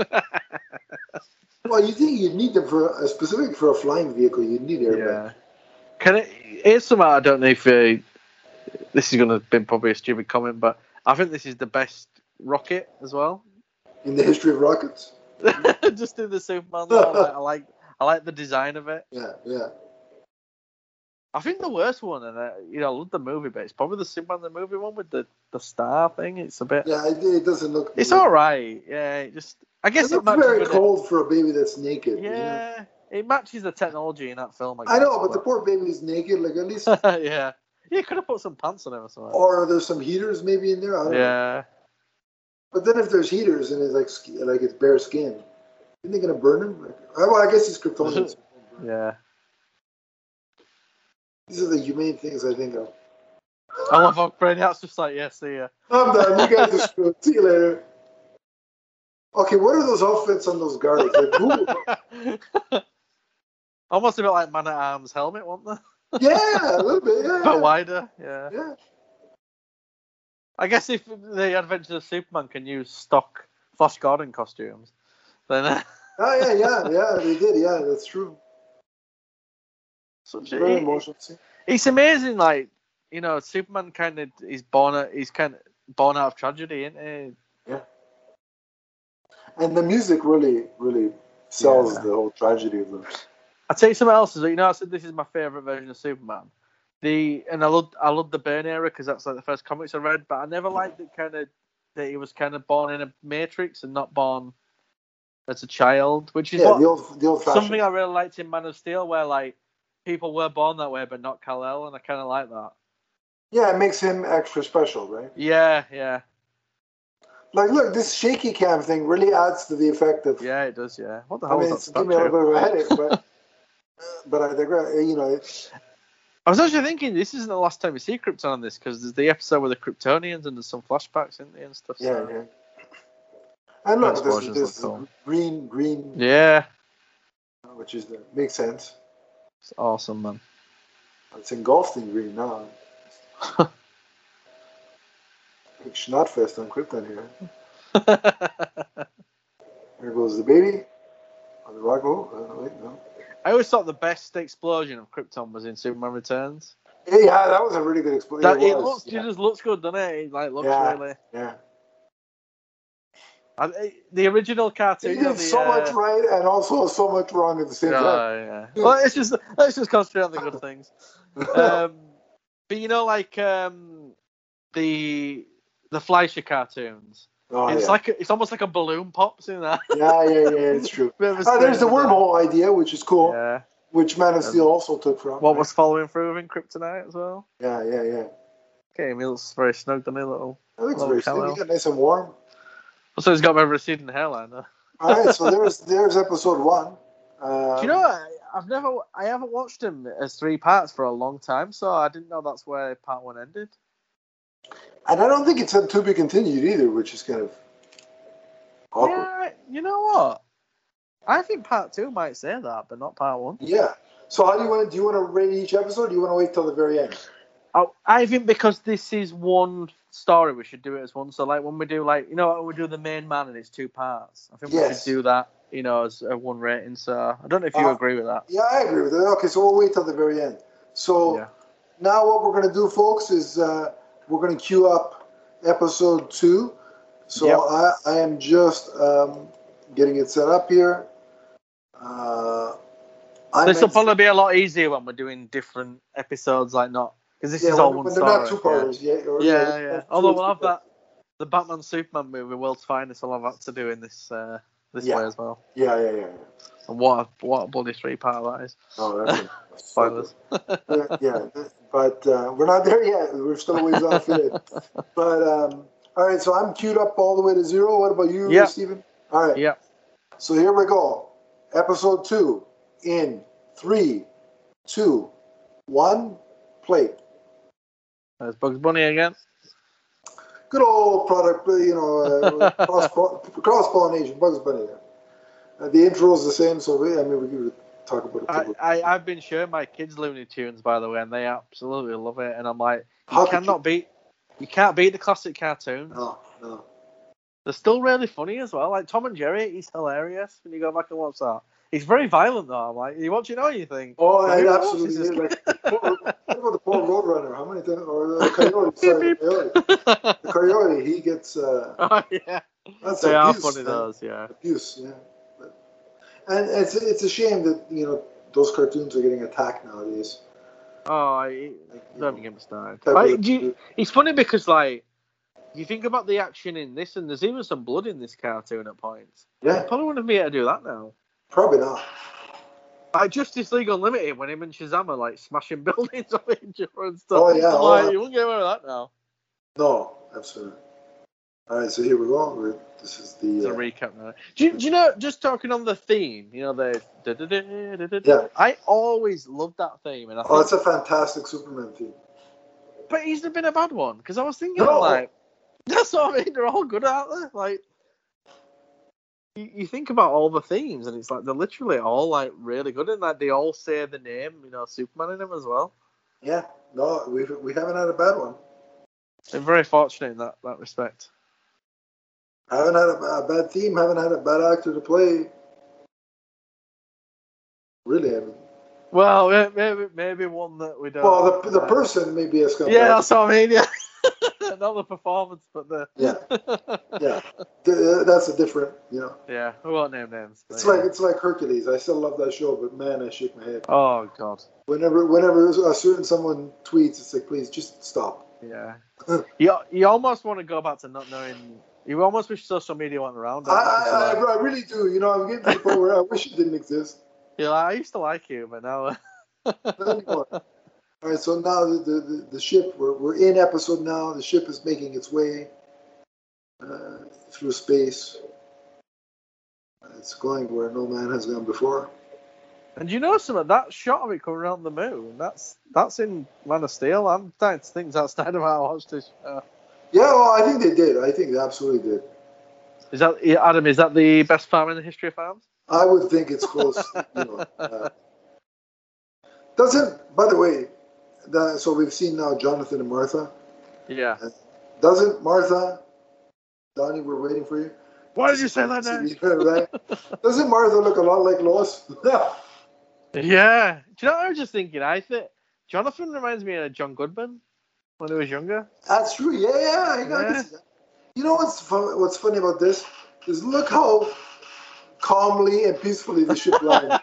[SPEAKER 1] Well, you think you'd need them for a specific for a flying vehicle? You'd need airbags.
[SPEAKER 2] yeah. Can it? Here's something I don't know if uh, this is going to be probably a stupid comment, but I think this is the best rocket as well. <laughs>
[SPEAKER 1] In the history of rockets.
[SPEAKER 2] Just in the Superman, line, like, I like I like the design of it.
[SPEAKER 1] Yeah, yeah.
[SPEAKER 2] I think the worst one, and uh, you know, I love the movie, but it's probably the Superman the movie one with the the star thing. It's a bit.
[SPEAKER 1] Yeah, it, it doesn't look.
[SPEAKER 2] It's all right. Yeah, it just. I guess
[SPEAKER 1] It
[SPEAKER 2] it
[SPEAKER 1] looks
[SPEAKER 2] matches.
[SPEAKER 1] very
[SPEAKER 2] with the-
[SPEAKER 1] cold for a baby that's naked. you know?
[SPEAKER 2] Yeah, it matches the technology in that film.
[SPEAKER 1] I know, but the poor baby's naked. Like at
[SPEAKER 2] <laughs>
[SPEAKER 1] least,
[SPEAKER 2] the yeah, yeah, could have put some pants on him or something.
[SPEAKER 1] or there's some heaters maybe in there. Oh, I don't Know.
[SPEAKER 2] yeah,
[SPEAKER 1] But then if there's heaters and it's like sk- like it's bare skin, isn't they gonna burn him? Like, oh, well, I guess
[SPEAKER 2] <laughs>
[SPEAKER 1] he's Kryptonian. so he won't burn.
[SPEAKER 2] yeah.
[SPEAKER 1] These are the humane things I think of.
[SPEAKER 2] I love how Brainiac's just like, yeah, see ya.
[SPEAKER 1] I'm done. You guys are screwed. See you later. Okay, what are those outfits on those guards? Like, who,
[SPEAKER 2] Almost a bit like Man at Arms helmet, wasn't there?
[SPEAKER 1] yeah, a little bit. Yeah.
[SPEAKER 2] But wider, yeah.
[SPEAKER 1] Yeah.
[SPEAKER 2] I guess if the Adventures of Superman can use stock Flash Gordon costumes, then uh, <laughs>
[SPEAKER 1] Oh yeah, yeah, yeah. They did. Yeah, that's true.
[SPEAKER 2] such
[SPEAKER 1] Very
[SPEAKER 2] a,
[SPEAKER 1] emotional scene.
[SPEAKER 2] it's amazing. Like you know, Superman kind of is born. out- He's kind of born out of tragedy, isn't he?
[SPEAKER 1] And the music really, really sells
[SPEAKER 2] Yeah.
[SPEAKER 1] the whole tragedy of them.
[SPEAKER 2] I'll tell you something else. Is that, you know, I said this is my favorite version of Superman. The and I loved I loved the Byrne era because that's like the first comics I read. But I never liked that kind of that he was kind of born in a Matrix and not born as a child, which is
[SPEAKER 1] Yeah,
[SPEAKER 2] what,
[SPEAKER 1] the old, the old
[SPEAKER 2] something
[SPEAKER 1] fashioned.
[SPEAKER 2] I really liked in Man of Steel, where like people were born that way, but not Kal El, and I kind of like that.
[SPEAKER 1] Yeah, it makes him extra special, right?
[SPEAKER 2] Yeah, yeah,
[SPEAKER 1] Like, look, this shaky cam thing really adds to the effect of.
[SPEAKER 2] yeah, it does. Yeah, what the
[SPEAKER 1] I
[SPEAKER 2] hell
[SPEAKER 1] mean,
[SPEAKER 2] was
[SPEAKER 1] it's
[SPEAKER 2] that
[SPEAKER 1] giving me a
[SPEAKER 2] statue?
[SPEAKER 1] little bit of a headache, but
[SPEAKER 2] <laughs>
[SPEAKER 1] but I digress. You know, it,
[SPEAKER 2] I was actually thinking this isn't the last time we see Krypton on this because there's the episode with the Kryptonians and there's some flashbacks in there and stuff.
[SPEAKER 1] yeah,
[SPEAKER 2] so-
[SPEAKER 1] yeah. And look, this,
[SPEAKER 2] Explosions
[SPEAKER 1] this
[SPEAKER 2] look cool.
[SPEAKER 1] green, green,
[SPEAKER 2] yeah.
[SPEAKER 1] which is the, makes sense.
[SPEAKER 2] It's awesome, man.
[SPEAKER 1] It's engulfed in green now. Big Schnottfest on Krypton here. <laughs>
[SPEAKER 2] I
[SPEAKER 1] There goes the baby. On the rock. Oh, uh, wait, no.
[SPEAKER 2] always thought the best explosion of Krypton was in Superman Returns.
[SPEAKER 1] Yeah, that was a really good explosion.
[SPEAKER 2] That it,
[SPEAKER 1] was,
[SPEAKER 2] looks,
[SPEAKER 1] yeah.
[SPEAKER 2] it just looks good, doesn't it? It like looks
[SPEAKER 1] Yeah.
[SPEAKER 2] really.
[SPEAKER 1] yeah.
[SPEAKER 2] I, it- the original
[SPEAKER 1] He
[SPEAKER 2] cartoon.
[SPEAKER 1] did
[SPEAKER 2] of the,
[SPEAKER 1] so
[SPEAKER 2] uh, Oh,
[SPEAKER 1] much right and also so much wrong at the same time.
[SPEAKER 2] yeah, yeah. Well, it's just let's just concentrate on the
[SPEAKER 1] <laughs>
[SPEAKER 2] good things. <laughs> Um, but you know, like um, the the Fleischer cartoons.
[SPEAKER 1] oh,
[SPEAKER 2] it's
[SPEAKER 1] yeah.
[SPEAKER 2] like a, it's almost like a balloon pops in
[SPEAKER 1] <laughs>
[SPEAKER 2] that.
[SPEAKER 1] yeah, yeah, yeah, it's
[SPEAKER 2] <laughs>
[SPEAKER 1] true. Oh, there's the wormhole idea, which is cool,
[SPEAKER 2] Yeah.
[SPEAKER 1] which Man of
[SPEAKER 2] Um,
[SPEAKER 1] Steel also took from.
[SPEAKER 2] What
[SPEAKER 1] right?
[SPEAKER 2] was following through in Kryptonite as well?
[SPEAKER 1] Yeah, yeah, yeah.
[SPEAKER 2] Okay, he looks very snug, doesn't he, little?
[SPEAKER 1] That looks
[SPEAKER 2] Well,
[SPEAKER 1] very
[SPEAKER 2] hello.
[SPEAKER 1] sleek. nice and warm.
[SPEAKER 2] Also, he's got my receding hairline. Though.
[SPEAKER 1] All right, so there's there's episode one. Uh,
[SPEAKER 2] Do you know I, I've never I haven't watched him as three parts for a long time, so I didn't know that's where part one ended.
[SPEAKER 1] And I don't think it's said to be continued either, which is kind of awkward.
[SPEAKER 2] Yeah, you know what? I think part two might say that, but not part one.
[SPEAKER 1] Yeah. So how do you want to do? You want to rate each episode? Or do you want to wait till the very end?
[SPEAKER 2] I, I think because this is one story, we should do it as one. So like when we do like you know when we do the main man and it's two parts. I think we
[SPEAKER 1] Yes.
[SPEAKER 2] should do that. You know, as a one rating. So I don't know if you
[SPEAKER 1] Uh,
[SPEAKER 2] agree with that.
[SPEAKER 1] Yeah, I agree with that. Okay, so we'll wait till the very end. So
[SPEAKER 2] Yeah.
[SPEAKER 1] now what we're going to do, folks, is uh, we're going to queue up episode two. So
[SPEAKER 2] Yep.
[SPEAKER 1] I, I am just um, getting it set up here. Uh, I
[SPEAKER 2] This will
[SPEAKER 1] meant-
[SPEAKER 2] probably be a lot easier when we're doing different episodes, like not because this
[SPEAKER 1] yeah,
[SPEAKER 2] is
[SPEAKER 1] when,
[SPEAKER 2] all one
[SPEAKER 1] when
[SPEAKER 2] story.
[SPEAKER 1] they're not two
[SPEAKER 2] yeah.
[SPEAKER 1] parters, yeah. or-
[SPEAKER 2] Yeah, yeah.
[SPEAKER 1] two
[SPEAKER 2] Although
[SPEAKER 1] or
[SPEAKER 2] we'll have
[SPEAKER 1] three-parters.
[SPEAKER 2] that the Batman Superman movie, World's Finest, will have that to do in this uh, this
[SPEAKER 1] Yeah.
[SPEAKER 2] way as well.
[SPEAKER 1] Yeah, yeah, yeah. yeah.
[SPEAKER 2] And what a, what a bloody three part that is.
[SPEAKER 1] Oh,
[SPEAKER 2] <laughs>
[SPEAKER 1] that's
[SPEAKER 2] Spoilers.
[SPEAKER 1] yeah, Uh, yeah, but uh, we're not there yet. We're still a ways off
[SPEAKER 2] <laughs>
[SPEAKER 1] it. But um, all right, so I'm queued up all the way to zero. What about you,
[SPEAKER 2] Yeah.
[SPEAKER 1] Stephen? All right.
[SPEAKER 2] Yeah.
[SPEAKER 1] So here we go. Episode two in three, two, one. Play.
[SPEAKER 2] <laughs> There's Bugs Bunny again.
[SPEAKER 1] Good old product, you know,
[SPEAKER 2] <laughs>
[SPEAKER 1] uh, cross cross pollination, Bugs Bunny. Uh, the intro is the same, so we, I mean, we could talk about it.
[SPEAKER 2] I, I I've been showing my kids Looney Tunes by the way, and they absolutely love it. And I'm like,
[SPEAKER 1] How
[SPEAKER 2] you
[SPEAKER 1] could
[SPEAKER 2] cannot beat you can't beat the classic cartoon.
[SPEAKER 1] No, no.
[SPEAKER 2] They're still really funny as well. Like Tom and Jerry, is hilarious when you go back and watch that. He's very violent though. I'm like, you watch it now, you think.
[SPEAKER 1] Oh,
[SPEAKER 2] Have
[SPEAKER 1] I
[SPEAKER 2] you watched
[SPEAKER 1] absolutely
[SPEAKER 2] this?
[SPEAKER 1] did. Like, what about the poor Roadrunner? How many times? Or the coyote? Sorry, the coyote.
[SPEAKER 2] <laughs> Beep, <laughs> oh
[SPEAKER 1] The coyote. He gets uh,
[SPEAKER 2] yeah,
[SPEAKER 1] that's
[SPEAKER 2] they are
[SPEAKER 1] abuse.
[SPEAKER 2] funny
[SPEAKER 1] man.
[SPEAKER 2] those. Yeah,
[SPEAKER 1] Abuse. Yeah. But- And it's it's a shame that you know those cartoons are getting attacked nowadays.
[SPEAKER 2] Oh, I,
[SPEAKER 1] Like, you
[SPEAKER 2] don't
[SPEAKER 1] know,
[SPEAKER 2] get me started.
[SPEAKER 1] type
[SPEAKER 2] Like,
[SPEAKER 1] of-
[SPEAKER 2] do you- it's funny because like you think about the action in this, and there's even some blood in this cartoon at points. I
[SPEAKER 1] yeah,
[SPEAKER 2] probably wouldn't be able to do that now.
[SPEAKER 1] probably not.
[SPEAKER 2] Like Justice League Unlimited, when him and Shazam are like smashing <laughs> buildings on each other and stuff.
[SPEAKER 1] Oh, yeah,
[SPEAKER 2] I'm
[SPEAKER 1] oh,
[SPEAKER 2] like,
[SPEAKER 1] yeah.
[SPEAKER 2] you wouldn't get away with that now.
[SPEAKER 1] No, absolutely. All right, so here we go. We're, this is
[SPEAKER 2] It's
[SPEAKER 1] the
[SPEAKER 2] a
[SPEAKER 1] uh,
[SPEAKER 2] recap now. Do you, do you know? Just talking on the theme, you know the. da-da-da-da-da-da.
[SPEAKER 1] Yeah.
[SPEAKER 2] I always loved that theme, and I
[SPEAKER 1] oh, it's
[SPEAKER 2] think,
[SPEAKER 1] a fantastic Superman theme.
[SPEAKER 2] but he's been a bad one because I was thinking
[SPEAKER 1] No.
[SPEAKER 2] like, <laughs> that's what I mean. They're all good out there. Like, you, you think about all the themes, and it's like they're literally all like really good, and like they all say the name, you know, Superman in them as well.
[SPEAKER 1] Yeah, no, we we haven't had a bad one.
[SPEAKER 2] They're very fortunate in that that respect.
[SPEAKER 1] Haven't had a, a bad theme. Haven't had a bad actor to play. Really, I mean,
[SPEAKER 2] Well, eh, maybe maybe one that we don't.
[SPEAKER 1] well, the, the person may be a scumbag.
[SPEAKER 2] Yeah, that's what I mean. Yeah. <laughs> Not the performance, but the
[SPEAKER 1] Yeah.
[SPEAKER 2] <laughs> yeah.
[SPEAKER 1] yeah, Th- that's a different. You know,
[SPEAKER 2] Yeah, we won't name names.
[SPEAKER 1] it's
[SPEAKER 2] but
[SPEAKER 1] like
[SPEAKER 2] yeah.
[SPEAKER 1] it's like Hercules. I still love that show, but man, I shake my head
[SPEAKER 2] oh god,
[SPEAKER 1] whenever whenever a certain someone tweets. It's like, please just stop. <laughs>
[SPEAKER 2] yeah. you you almost want to go back to not knowing. You almost wish social media went around.
[SPEAKER 1] I I, I,
[SPEAKER 2] don't you?
[SPEAKER 1] I really do. You know, I'm getting to the point where I wish it didn't exist.
[SPEAKER 2] You're like, I used to like you, but now.
[SPEAKER 1] Not anymore. All right, so now the, the, the, the ship, we're, we're in episode now. The ship is making its way uh, through space. Uh, It's going where no man has gone before.
[SPEAKER 2] <laughs> and you know some of that shot of it coming around the moon. That's that's in Man of Steel. I'm starting to think that's <laughs> kind of how I watched this. uh, Show.
[SPEAKER 1] Yeah, well, I think they did. I think they absolutely did.
[SPEAKER 2] Is that yeah, Adam? Is that the best farm in the history of farms?
[SPEAKER 1] I would think it's close. you know, uh, doesn't, by the way, the, so we've seen now Jonathan and Martha.
[SPEAKER 2] Yeah.
[SPEAKER 1] Doesn't Martha, Donnie, we're waiting for you.
[SPEAKER 2] Why did you say that?
[SPEAKER 1] <laughs>
[SPEAKER 2] Name?
[SPEAKER 1] Doesn't Martha look a lot like Lois? <laughs>
[SPEAKER 2] Yeah. Do you know what I was just thinking? I think Jonathan reminds me of John Goodman when he was younger.
[SPEAKER 1] That's true. Yeah, yeah. You, know, I can
[SPEAKER 2] Yeah.
[SPEAKER 1] see that. you know what's fun, what's funny about this is look how calmly and peacefully the ship
[SPEAKER 2] <laughs>
[SPEAKER 1] lies.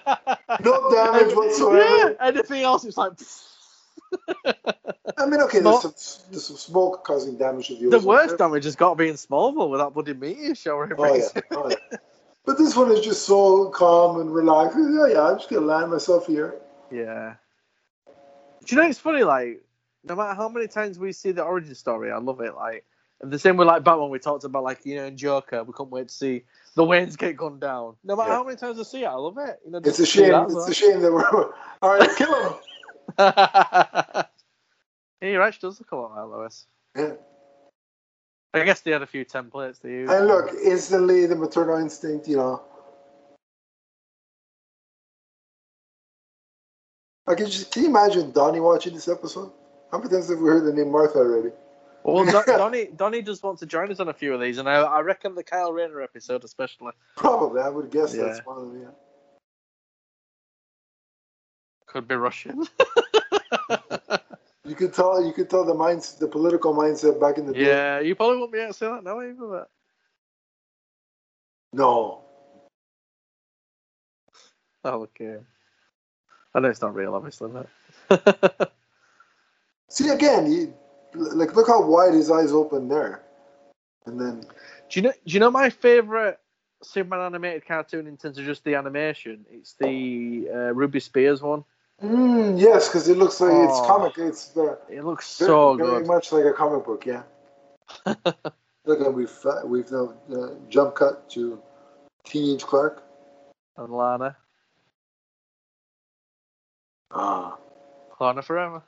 [SPEAKER 1] No damage whatsoever.
[SPEAKER 2] Yeah, <laughs> anything else, it's like.
[SPEAKER 1] I mean, okay,
[SPEAKER 2] Smoke.
[SPEAKER 1] there's some, there's some smoke causing damage to the
[SPEAKER 2] The
[SPEAKER 1] ozone
[SPEAKER 2] worst
[SPEAKER 1] layer.
[SPEAKER 2] damage has got to be in Smallville with that bloody meteor shower. he
[SPEAKER 1] Oh
[SPEAKER 2] brings.
[SPEAKER 1] yeah. oh yeah. <laughs> But this one is just so calm and relaxed. Yeah, yeah. I'm just gonna land myself here.
[SPEAKER 2] <laughs> Yeah. Do you know it's funny? Like, no matter how many times we see the origin story, I love it. Like, and the same with like Batman, we talked about like you know in Joker, we couldn't wait to see the Waynes get gunned down. No matter
[SPEAKER 1] Yeah.
[SPEAKER 2] how many times I see it, I love it. You know,
[SPEAKER 1] It's
[SPEAKER 2] just
[SPEAKER 1] a
[SPEAKER 2] to see
[SPEAKER 1] shame.
[SPEAKER 2] that as
[SPEAKER 1] It's
[SPEAKER 2] well.
[SPEAKER 1] a shame that we're <laughs> all right. Kill him.
[SPEAKER 2] <laughs> yeah, your actually does look a lot like Lois.
[SPEAKER 1] <laughs> Yeah.
[SPEAKER 2] I guess they had a few templates they used.
[SPEAKER 1] And look, instantly the maternal instinct, you know. I can just can you imagine Donnie watching this episode? How many times have we heard the name Martha already? <laughs>
[SPEAKER 2] Well, Don- Donnie, Donnie does want to join us on a few of these, and I, I reckon the Kyle Rayner episode especially
[SPEAKER 1] Probably, I would guess that's
[SPEAKER 2] Yeah.
[SPEAKER 1] one of them. Yeah.
[SPEAKER 2] could be Russian.
[SPEAKER 1] You could tell, you could tell the minds, the political mindset back in the day.
[SPEAKER 2] yeah, you probably won't be able to say that now either. But
[SPEAKER 1] No.
[SPEAKER 2] Oh, okay. I know it's not real, obviously, but <laughs>
[SPEAKER 1] See again, he, like look how wide his eyes open there, and then
[SPEAKER 2] do you know? Do you know my favorite Superman animated cartoon in terms of just the animation? It's the uh, Ruby Spears one.
[SPEAKER 1] mm, yes, because it looks like it's
[SPEAKER 2] Oh.
[SPEAKER 1] comic. It's uh,
[SPEAKER 2] It looks
[SPEAKER 1] very,
[SPEAKER 2] so
[SPEAKER 1] very
[SPEAKER 2] good.
[SPEAKER 1] much like a comic book.
[SPEAKER 2] <laughs>
[SPEAKER 1] Yeah. Look, and we've uh, we've now uh, jump cut to teenage Clark.
[SPEAKER 2] and Lana,
[SPEAKER 1] Ah,
[SPEAKER 2] Lana forever.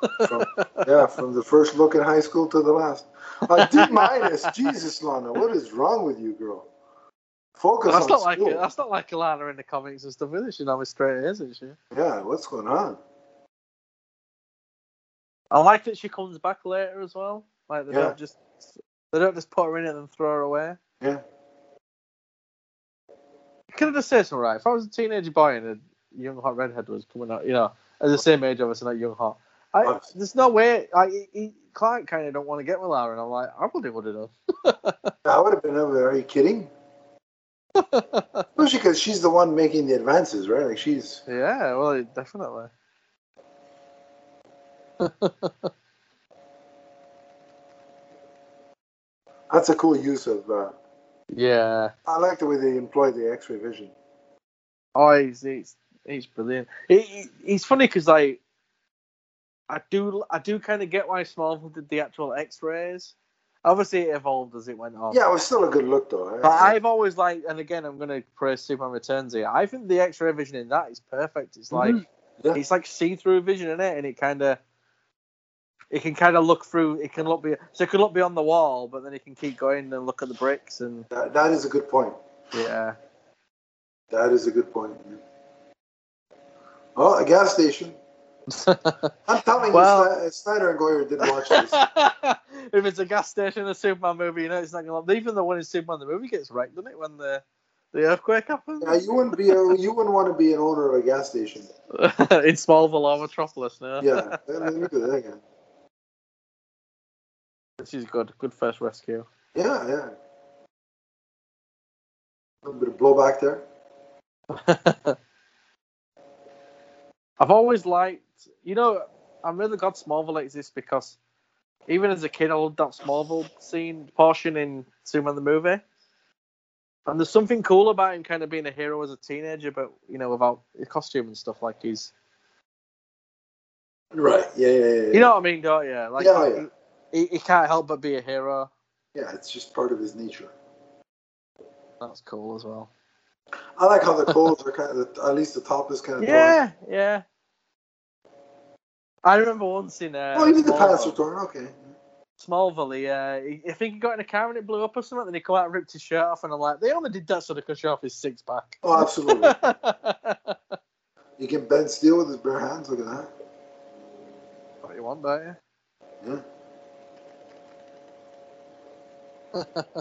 [SPEAKER 2] <laughs>
[SPEAKER 1] from, <laughs> yeah, from the first look in high school to the last. Uh, D
[SPEAKER 2] <laughs>
[SPEAKER 1] minus, Jesus, Lana, what is wrong with you, girl? Focus
[SPEAKER 2] That's
[SPEAKER 1] on
[SPEAKER 2] not like
[SPEAKER 1] school.
[SPEAKER 2] that's not like Lana in the comics and stuff, is it? She always straight is, isn't she?
[SPEAKER 1] Yeah, what's going on?
[SPEAKER 2] I like that she comes back later as well. Like they
[SPEAKER 1] Yeah.
[SPEAKER 2] don't just they don't just put her in it and throw her away.
[SPEAKER 1] Yeah.
[SPEAKER 2] Can I just say something right? If I was a teenage boy and a young hot redhead was coming out, you know, at the same age obviously not young hot. I,
[SPEAKER 1] Obviously.
[SPEAKER 2] there's no way. I he, he- Clark kind of don't want to get with Lara, and I'm like, I probably would have
[SPEAKER 1] I would have been over. Are you kidding?
[SPEAKER 2] done.
[SPEAKER 1] Especially because she's the one making the advances, right? Like she's
[SPEAKER 2] <laughs> yeah, well, definitely.
[SPEAKER 1] that's a cool use of. Uh,
[SPEAKER 2] Yeah.
[SPEAKER 1] I like the way they employ the X-ray vision.
[SPEAKER 2] Oh, he's he's, he's brilliant. He, he, he's funny because like I do I do kind of get why Smallville did the actual X-rays. Obviously, it evolved as it went on.
[SPEAKER 1] Yeah, it was still a good look though.
[SPEAKER 2] But I've always like, and again, I'm going to praise Superman Returns here. I think the X-ray vision in that is perfect. It's like
[SPEAKER 1] Mhm. Yeah.
[SPEAKER 2] it's like see-through vision in it, and it kind of it can kind of look through. It can look be so it can look beyond the wall, but then it can keep going and look at the bricks and
[SPEAKER 1] That, that is a good point.
[SPEAKER 2] yeah. <laughs>
[SPEAKER 1] That is a good point. Oh, a gas station. I'm telling
[SPEAKER 2] Well-
[SPEAKER 1] you, Sni- Snyder and Goyer did watch this.
[SPEAKER 2] <laughs> if it's a gas station in a Superman movie, you know it's not gonna. Even the one in Superman the movie gets wrecked, doesn't it? When the the earthquake happens
[SPEAKER 1] yeah, you wouldn't be, a, you wouldn't want to be an owner of a gas station.
[SPEAKER 2] <laughs> in Smallville or Metropolis, no.
[SPEAKER 1] Yeah, let me do that again.
[SPEAKER 2] which is good. Good first rescue. <laughs>
[SPEAKER 1] Yeah, yeah. A little bit of blowback there.
[SPEAKER 2] I've always liked, you know, I'm really glad Smallville exists because even as a kid, I loved that Smallville scene portion in Superman the movie. And there's something cool about him kind of being a hero as a teenager, but you know, without his costume and stuff like he's
[SPEAKER 1] Right. Yeah, yeah, yeah. yeah.
[SPEAKER 2] You know what I mean, don't you? Like,
[SPEAKER 1] Yeah, yeah.
[SPEAKER 2] He, he can't help but be a hero.
[SPEAKER 1] Yeah, it's just part of his nature.
[SPEAKER 2] That's cool as well.
[SPEAKER 1] I like how the clothes are kind of, at least the top is kind of.
[SPEAKER 2] Yeah, yeah. I remember once in uh,
[SPEAKER 1] Torn. Oh, even the pants are
[SPEAKER 2] Smallville,
[SPEAKER 1] torn. Okay.
[SPEAKER 2] Smallville he, uh, he, I think he got in a car and it blew up or something. Then he come out and ripped his shirt off, and I'm like, they only did that so they could show off his six pack.
[SPEAKER 1] Oh,
[SPEAKER 2] <laughs>
[SPEAKER 1] absolutely.
[SPEAKER 2] what
[SPEAKER 1] you can bend steel with his bare hands. Look at that.
[SPEAKER 2] you want, don't you?
[SPEAKER 1] Yeah.
[SPEAKER 2] <laughs>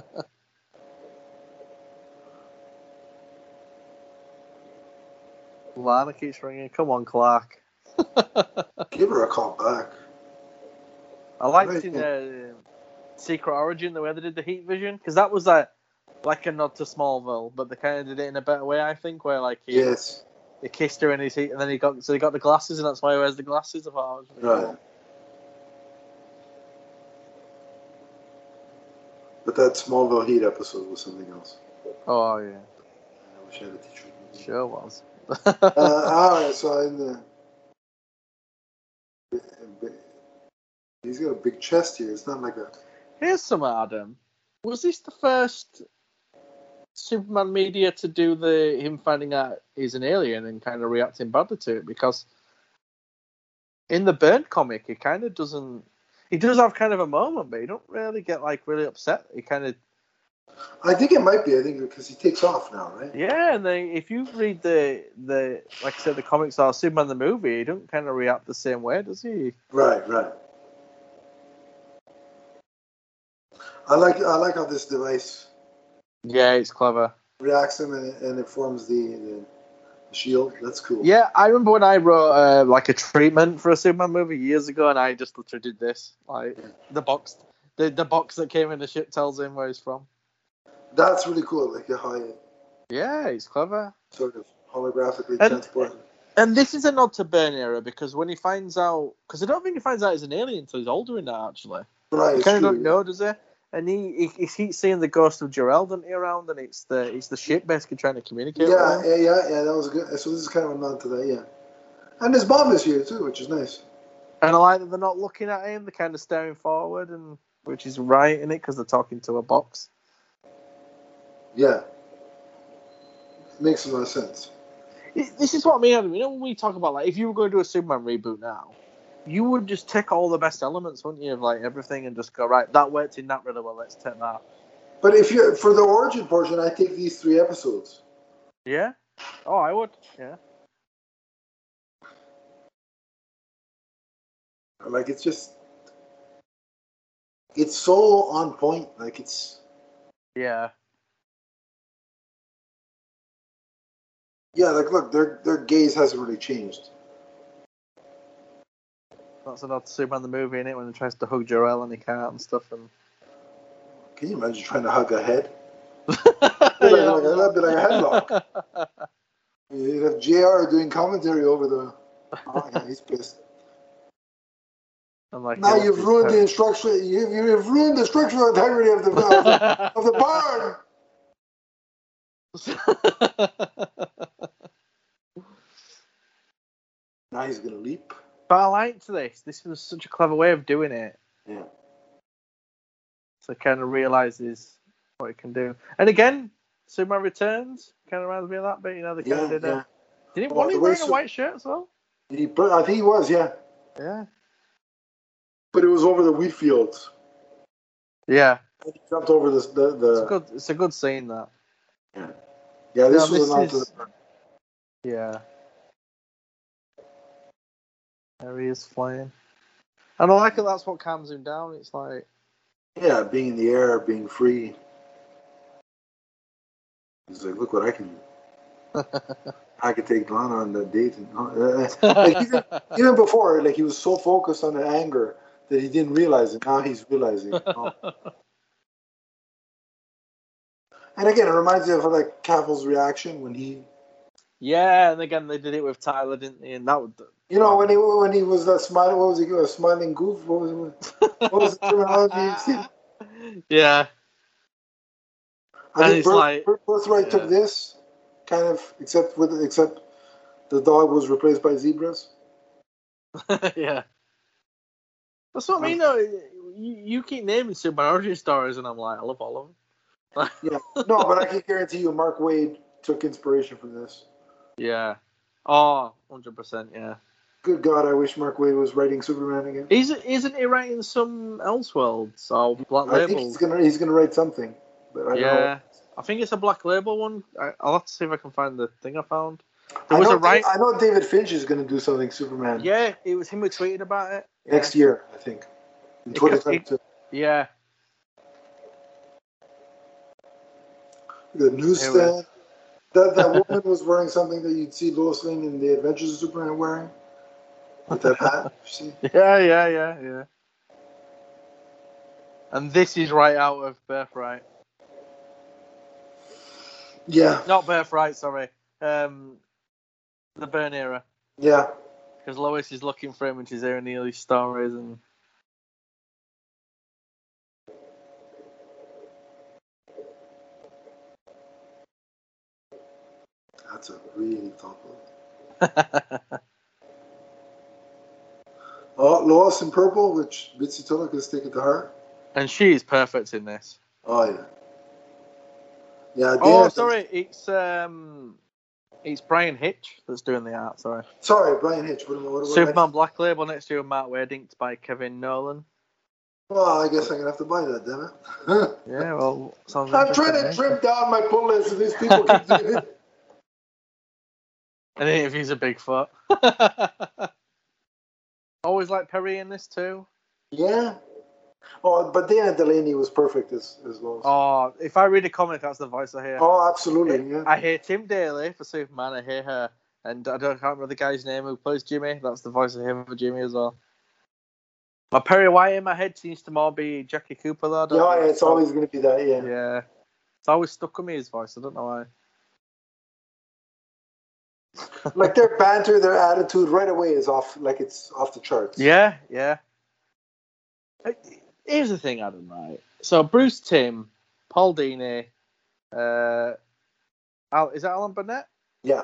[SPEAKER 2] Lana keeps ringing. Come on, Clark. <laughs>
[SPEAKER 1] Give her a call back.
[SPEAKER 2] I liked
[SPEAKER 1] Very
[SPEAKER 2] in
[SPEAKER 1] cool.
[SPEAKER 2] uh, Secret Origin the way they did the heat vision because that was like like a nod to Smallville, but they kind of did it in a better way, I think, where like he,
[SPEAKER 1] Yes.
[SPEAKER 2] he kissed her in his heat, and then he got so he got the glasses, and that's why he wears the glasses. I thought that was really
[SPEAKER 1] Right. But that Smallville Heat episode was something else.
[SPEAKER 2] cool. Oh yeah,
[SPEAKER 1] I wish I had a teacher.
[SPEAKER 2] sure was. <laughs>
[SPEAKER 1] uh, all right, so in the. He's got a big chest here. It's not like a.
[SPEAKER 2] Here's some Adam. Was this the first Superman media to do the him finding out he's an alien and kind of reacting badly to it? Because in the Burn comic, he kind of doesn't. He does have kind of a moment, but he don't really get like really upset. He kind of
[SPEAKER 1] I think it might be. I think because he takes off now, right?
[SPEAKER 2] yeah. And then if you read the the like I said, the comics are Superman the movie. He don't kind of react the same way, does he?
[SPEAKER 1] Right, right. I like I like how this device
[SPEAKER 2] Yeah, it's clever.
[SPEAKER 1] reacts him and, and it forms the, the shield. That's cool.
[SPEAKER 2] Yeah, I remember when I wrote uh, like a treatment for a Superman movie years ago, and I just literally did this. Like the box, the, the box that came in the ship tells him where he's from.
[SPEAKER 1] That's really cool. Like how you
[SPEAKER 2] Yeah, it's clever.
[SPEAKER 1] sort of holographically
[SPEAKER 2] And-
[SPEAKER 1] transport. him.
[SPEAKER 2] And this is a nod to Burn era because when he finds out, because I don't think he finds out he's an alien until he's older in that actually.
[SPEAKER 1] Right,
[SPEAKER 2] He
[SPEAKER 1] it's
[SPEAKER 2] kind of
[SPEAKER 1] true,
[SPEAKER 2] don't know, does he? And he, he, he keeps seeing the ghost of Jarell, doesn't he, around? And it's the it's the ship basically trying to communicate.
[SPEAKER 1] Yeah,
[SPEAKER 2] with him.
[SPEAKER 1] yeah, yeah, yeah. That was good. So this is kind of a nod to that, yeah. And there's Bob this year too, which is nice.
[SPEAKER 2] And I like that they're not looking at him; they're kind of staring forward, and which is right in it because they're talking to a box.
[SPEAKER 1] Yeah, makes a lot of sense.
[SPEAKER 2] It- This is what I mean. Adam. You know, when we talk about like, if you were going to do a Superman reboot now, you would just take all the best elements, wouldn't you, of like everything, and just go right. That worked in that really well. Let's take that.
[SPEAKER 1] But if you are for the origin portion, I take these three episodes.
[SPEAKER 2] Yeah. Oh, I would. Yeah.
[SPEAKER 1] Like it's just, it's so on point. Like it's
[SPEAKER 2] Yeah.
[SPEAKER 1] yeah. Like look, their their gaze hasn't really changed.
[SPEAKER 2] That's enough to Superman the movie in it when he tries to hug Jarell and he can't and stuff.
[SPEAKER 1] <laughs>
[SPEAKER 2] And <laughs>
[SPEAKER 1] Can you imagine trying to hug a head?
[SPEAKER 2] Oh, Yeah,
[SPEAKER 1] That'd be
[SPEAKER 2] that
[SPEAKER 1] like,
[SPEAKER 2] was-
[SPEAKER 1] that'd be like a headlock. You'd have Jr. doing commentary over the. Oh, yeah, he's pissed.
[SPEAKER 2] I'm like,
[SPEAKER 1] Now
[SPEAKER 2] yeah,
[SPEAKER 1] you've
[SPEAKER 2] it's
[SPEAKER 1] ruined the
[SPEAKER 2] terrible.
[SPEAKER 1] instruction. You've, you've ruined the structural integrity of the of the, of the barn.
[SPEAKER 2] <laughs>
[SPEAKER 1] Now he's gonna
[SPEAKER 2] <laughs>
[SPEAKER 1] leap.
[SPEAKER 2] but I liked this. This was such a clever way of doing it.
[SPEAKER 1] Yeah.
[SPEAKER 2] So kind of realizes what he can do. And again, Superman Returns kind of reminds me of that bit. You know, they kind
[SPEAKER 1] Yeah,
[SPEAKER 2] of did
[SPEAKER 1] yeah. Oh,
[SPEAKER 2] it. Did he,
[SPEAKER 1] Well,
[SPEAKER 2] wasn't he
[SPEAKER 1] the way
[SPEAKER 2] wearing a
[SPEAKER 1] Su-
[SPEAKER 2] white shirt as well?
[SPEAKER 1] He, but I think he was, yeah.
[SPEAKER 2] Yeah.
[SPEAKER 1] But it was over the wheat fields.
[SPEAKER 2] Yeah.
[SPEAKER 1] He jumped over this, the
[SPEAKER 2] It's a
[SPEAKER 1] the.
[SPEAKER 2] good. It's a good scene that.
[SPEAKER 1] Yeah, this was
[SPEAKER 2] Yeah, this
[SPEAKER 1] not to
[SPEAKER 2] is-
[SPEAKER 1] the barn.
[SPEAKER 2] Yeah. There he is flying. And I like it. That's what calms him down.
[SPEAKER 1] <laughs>
[SPEAKER 2] It's like, <laughs>
[SPEAKER 1] Yeah, being in the air, being free. He's like, look what I can. do. I could take Lana on the date. And, like, even, even before, like he was so focused on the anger that he didn't realize it. Now he's realizing. it. Oh. and again, it reminds me of like Cavill's reaction when he,
[SPEAKER 2] yeah. And again, they did it with Tyler, didn't they? And that would.
[SPEAKER 1] you know, when he when he was that smiling. What was he? A smiling goof. What was it? What was the
[SPEAKER 2] <laughs>
[SPEAKER 1] terminology?
[SPEAKER 2] yeah. <laughs>
[SPEAKER 1] I
[SPEAKER 2] And
[SPEAKER 1] think
[SPEAKER 2] it's
[SPEAKER 1] Birth,
[SPEAKER 2] like-
[SPEAKER 1] Birth- Birthright
[SPEAKER 2] yeah.
[SPEAKER 1] took this kind of, except with except the dog was replaced by zebras.
[SPEAKER 2] yeah. That's what I mean, though. You, you keep naming Superman origin stories, and I'm like, I love all of them.
[SPEAKER 1] Yeah, no, but I
[SPEAKER 2] <laughs>
[SPEAKER 1] can guarantee you, Mark Wade took inspiration from this.
[SPEAKER 2] Yeah. Oh, 100%. Yeah.
[SPEAKER 1] Good God, I wish Mark Wade was writing Superman again.
[SPEAKER 2] Isn't, isn't he writing some Elseworlds or Black
[SPEAKER 1] I think he's
[SPEAKER 2] Label?
[SPEAKER 1] gonna he's gonna write something, but I don't know.
[SPEAKER 2] Yeah. I think it's a Black Label one. I, I'll have to see if I can find the thing I found. There
[SPEAKER 1] I
[SPEAKER 2] was
[SPEAKER 1] know,
[SPEAKER 2] a right.
[SPEAKER 1] I know David Finch is gonna do something Superman
[SPEAKER 2] Yeah, it was him who tweeted about it.
[SPEAKER 1] next year, I think. In
[SPEAKER 2] It could-
[SPEAKER 1] 2022, <laughs>
[SPEAKER 2] Yeah.
[SPEAKER 1] the newsstand. That that
[SPEAKER 2] <laughs>
[SPEAKER 1] woman was wearing something that you'd see Lois Lane in the Adventures of Superman wearing, with that hat. you see?
[SPEAKER 2] Yeah, yeah, yeah, yeah. And this is right out of Birthright.
[SPEAKER 1] Yeah,
[SPEAKER 2] Not Birthright, sorry. Um, the Burn era.
[SPEAKER 1] yeah.
[SPEAKER 2] Because Lois is looking for him and she's hearing the early stories and. <laughs>
[SPEAKER 1] That's a really top one. Oh, Lois in purple, which Bitsy Tulloch has taken to heart.
[SPEAKER 2] and she is perfect in this.
[SPEAKER 1] Oh yeah. Yeah.
[SPEAKER 2] Oh,
[SPEAKER 1] Dana-
[SPEAKER 2] sorry, it's um, it's Brian Hitch that's doing the art. Sorry,
[SPEAKER 1] Sorry, Brian Hitch. What, am I- what, am I-
[SPEAKER 2] Superman Black Label next year, Matt Wade, inked by Kevin Nolan.
[SPEAKER 1] Well, Oh, I guess I'm gonna have to buy that, damn
[SPEAKER 2] <laughs>
[SPEAKER 1] it.
[SPEAKER 2] Yeah, well, sounds
[SPEAKER 1] I'm trying to
[SPEAKER 2] interesting, eh?
[SPEAKER 1] trim down my pull list, and these people keep doing
[SPEAKER 2] <laughs>
[SPEAKER 1] it.
[SPEAKER 2] And he interviews a Bigfoot. <laughs> Always like Perry in this too.
[SPEAKER 1] Yeah. Oh, but Dana Delaney was perfect as as well. Oh,
[SPEAKER 2] Oh, if I read a comic, that's the voice I hear.
[SPEAKER 1] absolutely. Yeah.
[SPEAKER 2] I hear Tim Daly for Superman. I hear her, and I don't can't remember the guy's name who plays Jimmy. That's the voice I hear for Jimmy as well. My Perry White in my head seems to more be Jackie Cooper though. I don't
[SPEAKER 1] yeah,
[SPEAKER 2] know.
[SPEAKER 1] yeah, it's always gonna be that. Yeah.
[SPEAKER 2] yeah. It's always stuck with me his voice. I don't know why.
[SPEAKER 1] like their banter, their attitude right away is off. Like it's off the charts.
[SPEAKER 2] Yeah, yeah. Uh, Here's the thing, Adam. Right. So Bruce Tim, Paul Dini, uh, Al, is that Alan Burnett?
[SPEAKER 1] Yeah.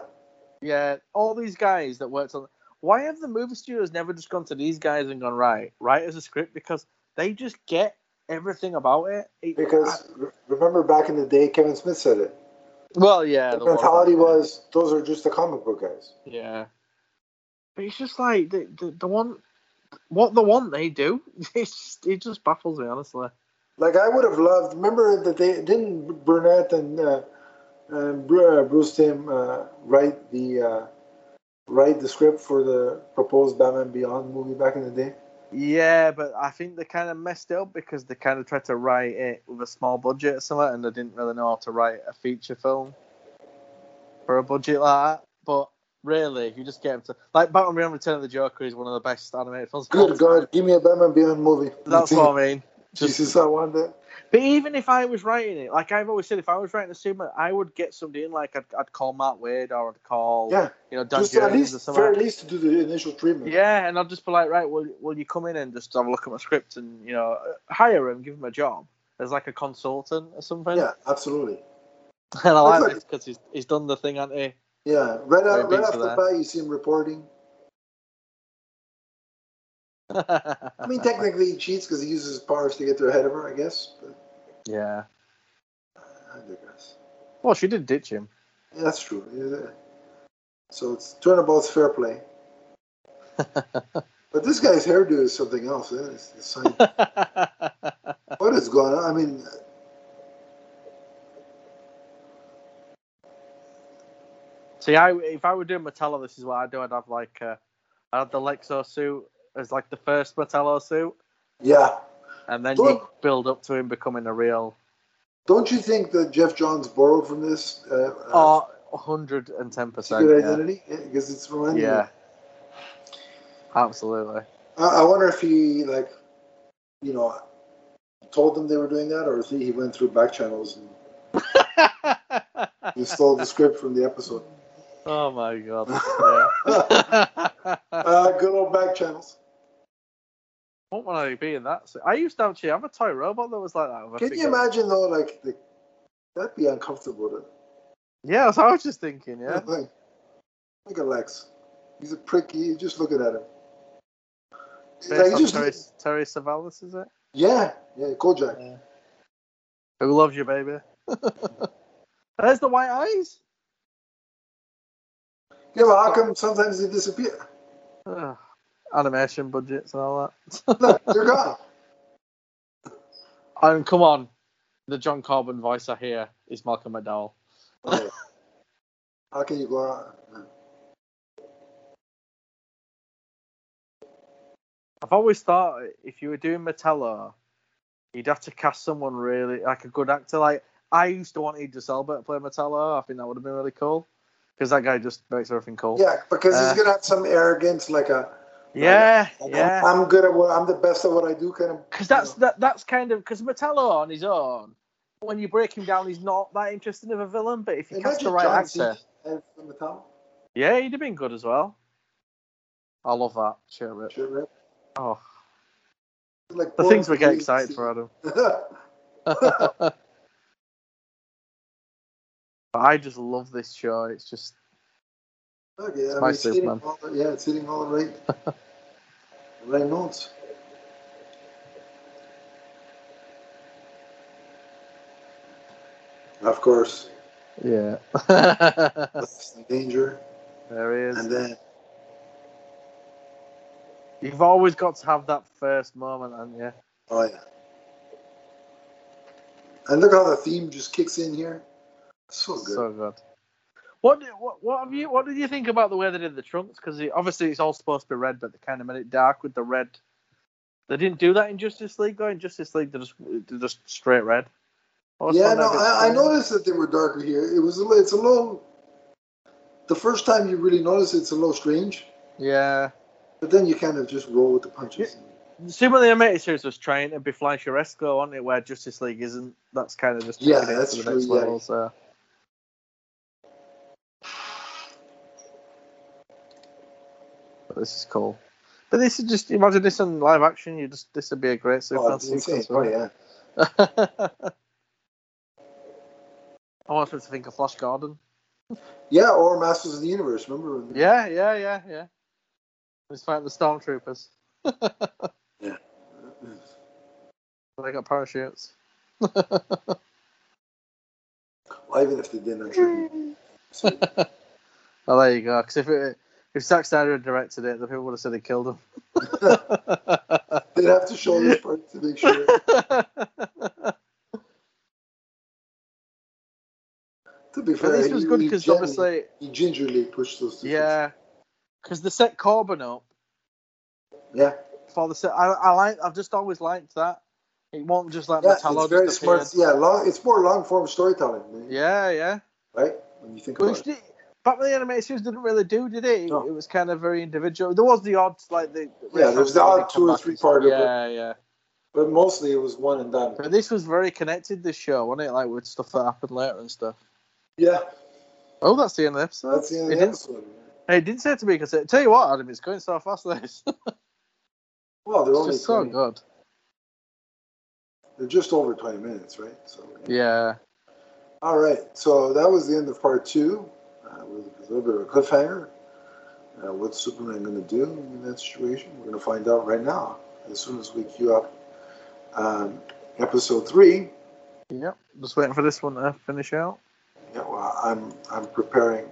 [SPEAKER 2] Yeah. All these guys that worked on. Why have the movie studios never just gone to these guys and gone right, right as a script? Because they just get everything about it. It-
[SPEAKER 1] Because re- remember back in the day, Kevin Smith said it.
[SPEAKER 2] well, yeah,
[SPEAKER 1] The
[SPEAKER 2] there was that.
[SPEAKER 1] mentality was those are just the comic book guys.
[SPEAKER 2] Yeah. But it's just like the the, the one what the one they do. <laughs> It's just, it just baffles me honestly.
[SPEAKER 1] Like I would have loved. Remember that they didn't Burnett and uh, and Bru- uh, Bruce Tim uh, write the uh, write the script for the proposed Batman Beyond movie back in the day.
[SPEAKER 2] Yeah, but I think they kind of messed it up because they kind of tried to write it with a small budget or something, and they didn't really know how to write a feature film for a budget like that. But really, you just get them to like Batman Beyond: Return of the Joker is one of the best animated films. of all
[SPEAKER 1] Good
[SPEAKER 2] time.
[SPEAKER 1] God, give me a Batman Beyond <laughs> movie.
[SPEAKER 2] that's what I mean.
[SPEAKER 1] Jesus, I want that.
[SPEAKER 2] But even if I was writing it, like I've always said, if I was writing a Superman, I would get somebody in, like I'd, I'd call Matt Wade or I'd call,
[SPEAKER 1] Yeah,
[SPEAKER 2] you know, Dan
[SPEAKER 1] just at
[SPEAKER 2] Jurgens or
[SPEAKER 1] least,
[SPEAKER 2] something.
[SPEAKER 1] for
[SPEAKER 2] like
[SPEAKER 1] at
[SPEAKER 2] that.
[SPEAKER 1] least to do the initial treatment.
[SPEAKER 2] Yeah, and I'd just be like, right, will, will you come in and just have a look at my script and, you know, hire him, give him a job as like a consultant or something.
[SPEAKER 1] yeah, absolutely.
[SPEAKER 2] <laughs> And I like
[SPEAKER 1] That's
[SPEAKER 2] this because he's, he's done the thing, hasn't he?
[SPEAKER 1] Yeah, right,
[SPEAKER 2] Very
[SPEAKER 1] out,
[SPEAKER 2] big
[SPEAKER 1] right off
[SPEAKER 2] for
[SPEAKER 1] the
[SPEAKER 2] that.
[SPEAKER 1] bat, you see him reporting. I
[SPEAKER 2] <laughs>
[SPEAKER 1] mean, technically, he cheats because he uses his powers to get there ahead of her, I guess. But
[SPEAKER 2] yeah.
[SPEAKER 1] I digress.
[SPEAKER 2] Well, she did ditch him. <laughs>
[SPEAKER 1] Yeah, that's true. Yeah. So it's turnabout's fair play. But this guy's hairdo is something else. Isn't it? It's
[SPEAKER 2] <laughs>
[SPEAKER 1] insane. what is going on? I mean,
[SPEAKER 2] See, I if I were doing Metallo, this is what I'd do. I'd have like, uh, I'd have the Lexo suit as like the first Metallo suit.
[SPEAKER 1] yeah.
[SPEAKER 2] And then
[SPEAKER 1] Well-
[SPEAKER 2] you build up to him becoming a real.
[SPEAKER 1] Don't you think that Jeff Johns borrowed from this uh, uh,
[SPEAKER 2] Oh, 110%.
[SPEAKER 1] secret
[SPEAKER 2] yeah.
[SPEAKER 1] identity? Because it's reminding me.
[SPEAKER 2] Yeah. Absolutely.
[SPEAKER 1] I, I wonder if he like, you know, told them they were doing that, or if he went through back channels and he stole the script from the episode.
[SPEAKER 2] oh
[SPEAKER 1] <laughs>
[SPEAKER 2] my god. Yeah.
[SPEAKER 1] Uh, good old back channels.
[SPEAKER 2] what would I be in that? suit? I used to actually have a toy robot that was like that. with a
[SPEAKER 1] Can
[SPEAKER 2] big
[SPEAKER 1] you
[SPEAKER 2] head.
[SPEAKER 1] imagine though? Like, the, that'd be uncomfortable. Though.
[SPEAKER 2] Yeah, that's what I was just thinking. Yeah.
[SPEAKER 1] <laughs> Like, look at Lex. He's a prick. You just looking at him. Like,
[SPEAKER 2] Based
[SPEAKER 1] you
[SPEAKER 2] on
[SPEAKER 1] just-
[SPEAKER 2] Terry, Terry Savalas, is it?
[SPEAKER 1] yeah, yeah, Kojak.
[SPEAKER 2] Who loves you,
[SPEAKER 1] <laughs>
[SPEAKER 2] baby? There's the white eyes.
[SPEAKER 1] Yeah, but how come sometimes they disappear?
[SPEAKER 2] Ugh. Animation budgets and all that.
[SPEAKER 1] Look, they're
[SPEAKER 2] <laughs>
[SPEAKER 1] gone.
[SPEAKER 2] I mean, come on. The John Carbon voice I hear is Malcolm McDowell.
[SPEAKER 1] Okay. Oh. How can you go
[SPEAKER 2] Oh.
[SPEAKER 1] on?
[SPEAKER 2] I've always thought if you were doing Metallo, you'd have to cast someone really like a good actor. Like I used to want Idris Elba to play Metallo. I think that would have been really cool because that guy just makes everything cool.
[SPEAKER 1] Yeah, because
[SPEAKER 2] Uh,
[SPEAKER 1] he's gonna have some arrogance, like a
[SPEAKER 2] yeah,
[SPEAKER 1] like,
[SPEAKER 2] yeah.
[SPEAKER 1] I'm good at what I'm the best at what I do, kind of.
[SPEAKER 2] Because that's that, that's kind of because Metallo on his own, when you break him down, he's not that interesting of a villain. But if you cast the right
[SPEAKER 1] John
[SPEAKER 2] actor,
[SPEAKER 1] Cena as the Metallo.
[SPEAKER 2] yeah, he'd have been good as well. I love that. Sure, it.
[SPEAKER 1] Sure, right?
[SPEAKER 2] Oh,
[SPEAKER 1] Like
[SPEAKER 2] the
[SPEAKER 1] Paul
[SPEAKER 2] things we get
[SPEAKER 1] Rudd,
[SPEAKER 2] excited
[SPEAKER 1] Cena.
[SPEAKER 2] for, Adam.
[SPEAKER 1] <laughs>
[SPEAKER 2] but I just love this show. It's just
[SPEAKER 1] okay, I
[SPEAKER 2] my
[SPEAKER 1] mean, it's hitting
[SPEAKER 2] Superman.
[SPEAKER 1] all, the- yeah, it's hitting all the right, right notes. Of course,
[SPEAKER 2] yeah. <laughs>
[SPEAKER 1] that's the danger,
[SPEAKER 2] there he
[SPEAKER 1] and
[SPEAKER 2] is.
[SPEAKER 1] then
[SPEAKER 2] You've always got to have that first moment, haven't you?
[SPEAKER 1] oh yeah, and look how the theme just kicks in here. So Oh, good.
[SPEAKER 2] So good. What, do- what what have you what did you think about the way they did the trunks? Because obviously it's all supposed to be red, but they kind of made it dark with the red. They didn't do that in Justice League. Though in Justice League, they just they just straight red. was
[SPEAKER 1] yeah,
[SPEAKER 2] one
[SPEAKER 1] no,
[SPEAKER 2] of the-
[SPEAKER 1] I, I noticed that they were darker here. It was a, li- it's a little. The first time you really notice, it's a little strange,
[SPEAKER 2] Yeah,
[SPEAKER 1] but then you kind of just roll with the punches.
[SPEAKER 2] Super the Animated Series was trying to be Fleischer-esque, on it, where Justice League isn't. That's kind of just
[SPEAKER 1] Yeah,
[SPEAKER 2] taking it
[SPEAKER 1] that's
[SPEAKER 2] to the
[SPEAKER 1] true,
[SPEAKER 2] next
[SPEAKER 1] yeah.
[SPEAKER 2] level. So but this is cool. But this is just imagine this in live action. You just this would be a great Super
[SPEAKER 1] Oh, it's insane. Oh, yeah.
[SPEAKER 2] <laughs> I want them to think of Flash Gordon.
[SPEAKER 1] Yeah, or Masters of the Universe. Remember? when-
[SPEAKER 2] Yeah, yeah, yeah, yeah. Let's fight the stormtroopers. They got parachutes.
[SPEAKER 1] <laughs> Well, even if they didn't, I'm sure. you- So,
[SPEAKER 2] Well, Oh, there you go. Because if it, if Zack Snyder had directed it, the people would have said he
[SPEAKER 1] <laughs>
[SPEAKER 2] killed him.
[SPEAKER 1] they'd have to show this part to make
[SPEAKER 2] <laughs>
[SPEAKER 1] sure. To be
[SPEAKER 2] but
[SPEAKER 1] fair,
[SPEAKER 2] this was
[SPEAKER 1] he-
[SPEAKER 2] good
[SPEAKER 1] he
[SPEAKER 2] because
[SPEAKER 1] gently-
[SPEAKER 2] obviously,
[SPEAKER 1] he gingerly pushed those. Two
[SPEAKER 2] yeah, because they set Corbin up
[SPEAKER 1] things. yeah,
[SPEAKER 2] for the set. I, I like. I've just always liked that. It won't just like
[SPEAKER 1] yeah.
[SPEAKER 2] Metallo
[SPEAKER 1] It's very
[SPEAKER 2] just
[SPEAKER 1] smart.
[SPEAKER 2] appeared.
[SPEAKER 1] Yeah, long, it's more long form storytelling. man,
[SPEAKER 2] Yeah, yeah.
[SPEAKER 1] Right when you think about
[SPEAKER 2] Which
[SPEAKER 1] it.
[SPEAKER 2] did, back when the animated series didn't really do, did it?
[SPEAKER 1] No.
[SPEAKER 2] It was kind of very individual. There was the odds, like the
[SPEAKER 1] Yeah, there was the odd two or three part of it.
[SPEAKER 2] Yeah, yeah.
[SPEAKER 1] But mostly it was one and done.
[SPEAKER 2] But this was very connected. This show, wasn't it? Like with stuff that happened later and stuff.
[SPEAKER 1] Yeah,
[SPEAKER 2] Oh, that's the end of the episode.
[SPEAKER 1] that's the end of
[SPEAKER 2] it
[SPEAKER 1] the
[SPEAKER 2] didn't,
[SPEAKER 1] episode.
[SPEAKER 2] it didn't say to me because tell you what, Adam, it's going so fast. This <laughs> it's
[SPEAKER 1] Well, they're only
[SPEAKER 2] just so
[SPEAKER 1] 20,
[SPEAKER 2] good.
[SPEAKER 1] they're just over twenty minutes, right? So
[SPEAKER 2] Yeah,
[SPEAKER 1] All right, so that was the end of part two. Uh, with a little bit of a cliffhanger. Uh, what's Superman going to do in that situation? We're going to find out right now as soon as we queue up um, episode three.
[SPEAKER 2] yep. Just waiting for this one to finish out.
[SPEAKER 1] Yeah, well, I'm I'm preparing.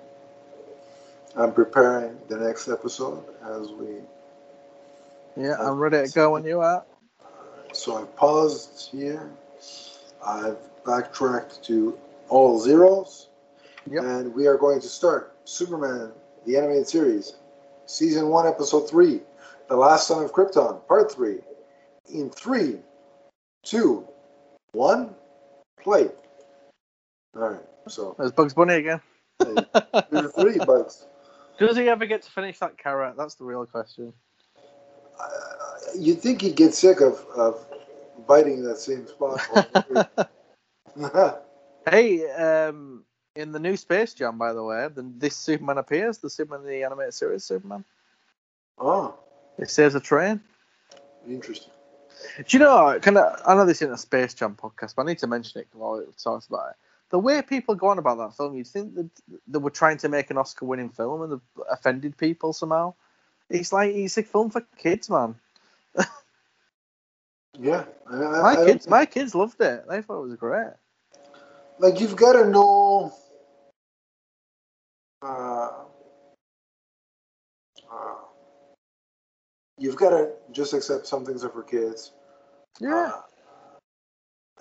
[SPEAKER 1] I'm preparing the next episode as we.
[SPEAKER 2] Yeah, I'm ready to go when you are.
[SPEAKER 1] So I've paused here. I've backtracked to all zeros,
[SPEAKER 2] Yep.
[SPEAKER 1] and we are going to start Superman the animated series, season one, episode three, the last son of Krypton, part three. In three, two, one, play. All right. So <laughs>
[SPEAKER 2] There's Bugs Bunny again. <laughs>
[SPEAKER 1] hey, there's three bugs.
[SPEAKER 2] Does he ever get to finish that carrot? That's the real question.
[SPEAKER 1] Uh, you'd think he'd get sick of, of biting that same spot. <laughs> over there.
[SPEAKER 2] <laughs> Hey, um, in the new Space Jam, by the way, the, this Superman appears. The Superman, in the animated series Superman,
[SPEAKER 1] oh,
[SPEAKER 2] he saves a train.
[SPEAKER 1] interesting.
[SPEAKER 2] Do you know? Can I, I know this isn't a Space Jam podcast, but I need to mention it while it talks about it. The way people go on about that film, you'd think that they were trying to make an Oscar-winning film and they've offended people somehow. It's like it's a film for kids, man.
[SPEAKER 1] Yeah. I, I, I
[SPEAKER 2] My
[SPEAKER 1] don't
[SPEAKER 2] kids,
[SPEAKER 1] think-
[SPEAKER 2] my kids loved it. They thought it was great.
[SPEAKER 1] like you've got to know uh, uh, you've got to just accept some things are for kids
[SPEAKER 2] Yeah,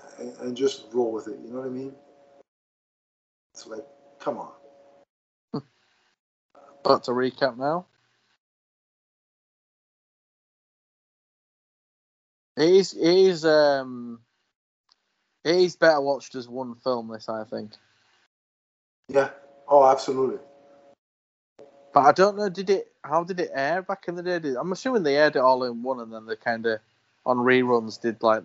[SPEAKER 1] uh, and, and just roll with it you know what i mean it's like come on
[SPEAKER 2] but to recap now. It is, it is, um, it is better watched as one film. This, I think,
[SPEAKER 1] yeah oh absolutely
[SPEAKER 2] but I don't know. Did it? How did it air back in the day? Did, I'm assuming they aired it all in one, and then they kind of on reruns did like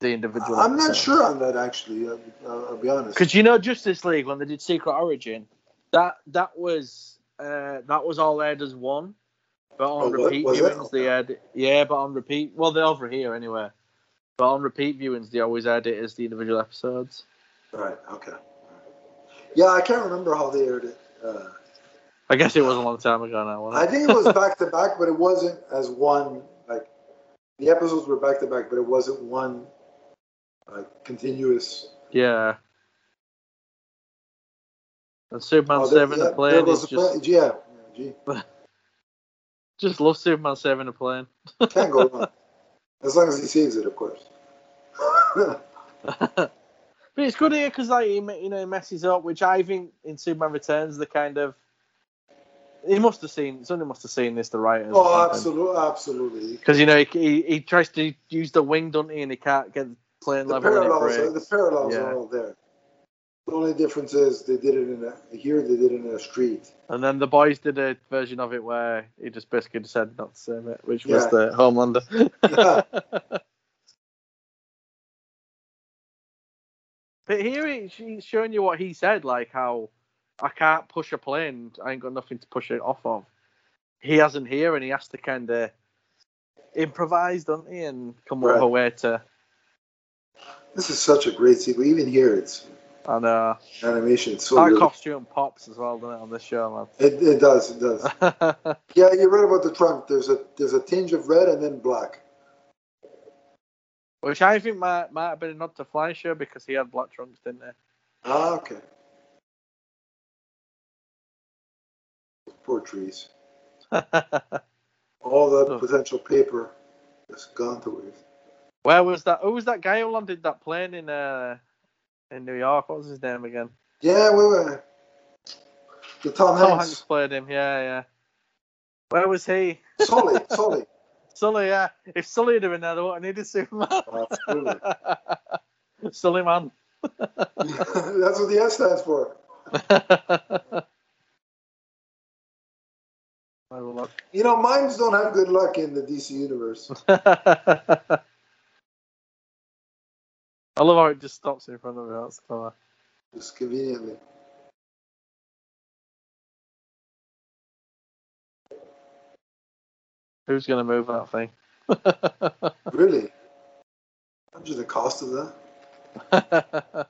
[SPEAKER 2] the individual.
[SPEAKER 1] i'm not sure on that actually I'll, I'll, I'll be honest
[SPEAKER 2] because you know Justice League when they did Secret Origin, that that was uh, that was all aired as one, but on
[SPEAKER 1] Oh, wa-
[SPEAKER 2] repeat
[SPEAKER 1] was it?
[SPEAKER 2] viewings they aired it- yeah, but on repeat well they're over here anyway, but on repeat viewings they always aired it as the individual episodes.
[SPEAKER 1] right okay yeah i can't remember how they aired it uh,
[SPEAKER 2] I guess it was a long time ago now. Wasn't
[SPEAKER 1] I
[SPEAKER 2] it?
[SPEAKER 1] think it was back to back, but it wasn't as one. Like the episodes were back to back, but it wasn't one like continuous.
[SPEAKER 2] yeah. And Superman
[SPEAKER 1] Oh, there-
[SPEAKER 2] saving
[SPEAKER 1] yeah,
[SPEAKER 2] a
[SPEAKER 1] there
[SPEAKER 2] plane
[SPEAKER 1] was
[SPEAKER 2] is
[SPEAKER 1] a
[SPEAKER 2] just
[SPEAKER 1] plane. Yeah, gee,
[SPEAKER 2] just love Superman saving a plane.
[SPEAKER 1] can't go wrong. As long as he saves it, of
[SPEAKER 2] <laughs>
[SPEAKER 1] course.
[SPEAKER 2] but it's good here because like he, me- you know he messes up, which I think in Superman Returns the kind of he must have seen somebody must have seen this the writers.
[SPEAKER 1] oh, absolutely, absolutely.
[SPEAKER 2] Because you know he, he he tries to use the wing, don't he, and he can't get the plane
[SPEAKER 1] The
[SPEAKER 2] level and it
[SPEAKER 1] parallels, uh, are,
[SPEAKER 2] breaks.
[SPEAKER 1] the parallels
[SPEAKER 2] Yeah.
[SPEAKER 1] are all there. The only difference is they did it in a here. They did it in a street.
[SPEAKER 2] And then the boys did a version of it where he just basically decided not to say it, which was
[SPEAKER 1] Yeah.
[SPEAKER 2] the Homelander.
[SPEAKER 1] Yeah.
[SPEAKER 2] <laughs> but here he, he's showing you what he said, like how I can't push a plane. I ain't got nothing to push it off of. He hasn't here, and he has to kind of improvise, doesn't he, and come up with a
[SPEAKER 1] Right.
[SPEAKER 2] way to.
[SPEAKER 1] This is such a great sequel. Even here, it's
[SPEAKER 2] I know
[SPEAKER 1] animation. It's so
[SPEAKER 2] uh, that
[SPEAKER 1] good.
[SPEAKER 2] costume pops as well, doesn't it, on this show,
[SPEAKER 1] It, it does. It does.
[SPEAKER 2] man. <laughs>
[SPEAKER 1] Yeah, you're right about the trunk. There's a there's a tinge of red and then black.
[SPEAKER 2] Which I think might might have been a nod to Fleischer because he had black trunks, didn't he?
[SPEAKER 1] Ah, okay. Poor trees. All that
[SPEAKER 2] Oh.
[SPEAKER 1] potential paper is gone to waste.
[SPEAKER 2] <laughs> Where was that? Who was that guy who landed that plane in uh in New York? What was his name again?
[SPEAKER 1] Yeah, wait, wait. The Tom
[SPEAKER 2] Tom Hanks
[SPEAKER 1] Hanks.
[SPEAKER 2] played him. Yeah, yeah. Where was he?
[SPEAKER 1] Sully, Sully.
[SPEAKER 2] Sully. Yeah. If Sully had been there, they wouldn't need a Superman.
[SPEAKER 1] Absolutely.
[SPEAKER 2] <laughs>
[SPEAKER 1] <laughs>
[SPEAKER 2] Sully man. <laughs>
[SPEAKER 1] That's what the S stands for.
[SPEAKER 2] I will look.
[SPEAKER 1] You know, mimes don't have good luck in the DC universe.
[SPEAKER 2] <laughs> I love how it just stops in front of me. That's clever.
[SPEAKER 1] Just conveniently.
[SPEAKER 2] Who's gonna move that thing? <laughs>
[SPEAKER 1] Really? How much is the cost of that?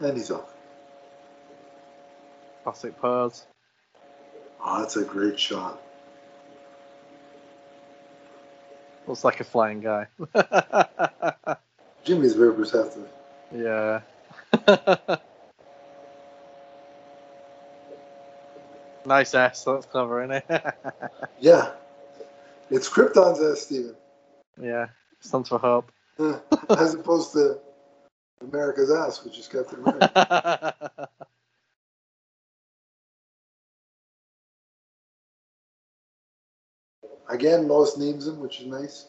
[SPEAKER 1] And he's off.
[SPEAKER 2] Classic pose.
[SPEAKER 1] Oh, that's a great shot.
[SPEAKER 2] Looks like a flying guy. <laughs>
[SPEAKER 1] Jimmy's very perceptive.
[SPEAKER 2] yeah. <laughs> nice ass. That's clever, isn't it? <laughs>
[SPEAKER 1] Yeah. It's Krypton's S, Steven,
[SPEAKER 2] yeah. Stands for hope.
[SPEAKER 1] <laughs> as opposed to America's ass, which is Captain <laughs> America.
[SPEAKER 2] That's
[SPEAKER 1] Again, Lois names him, which is nice.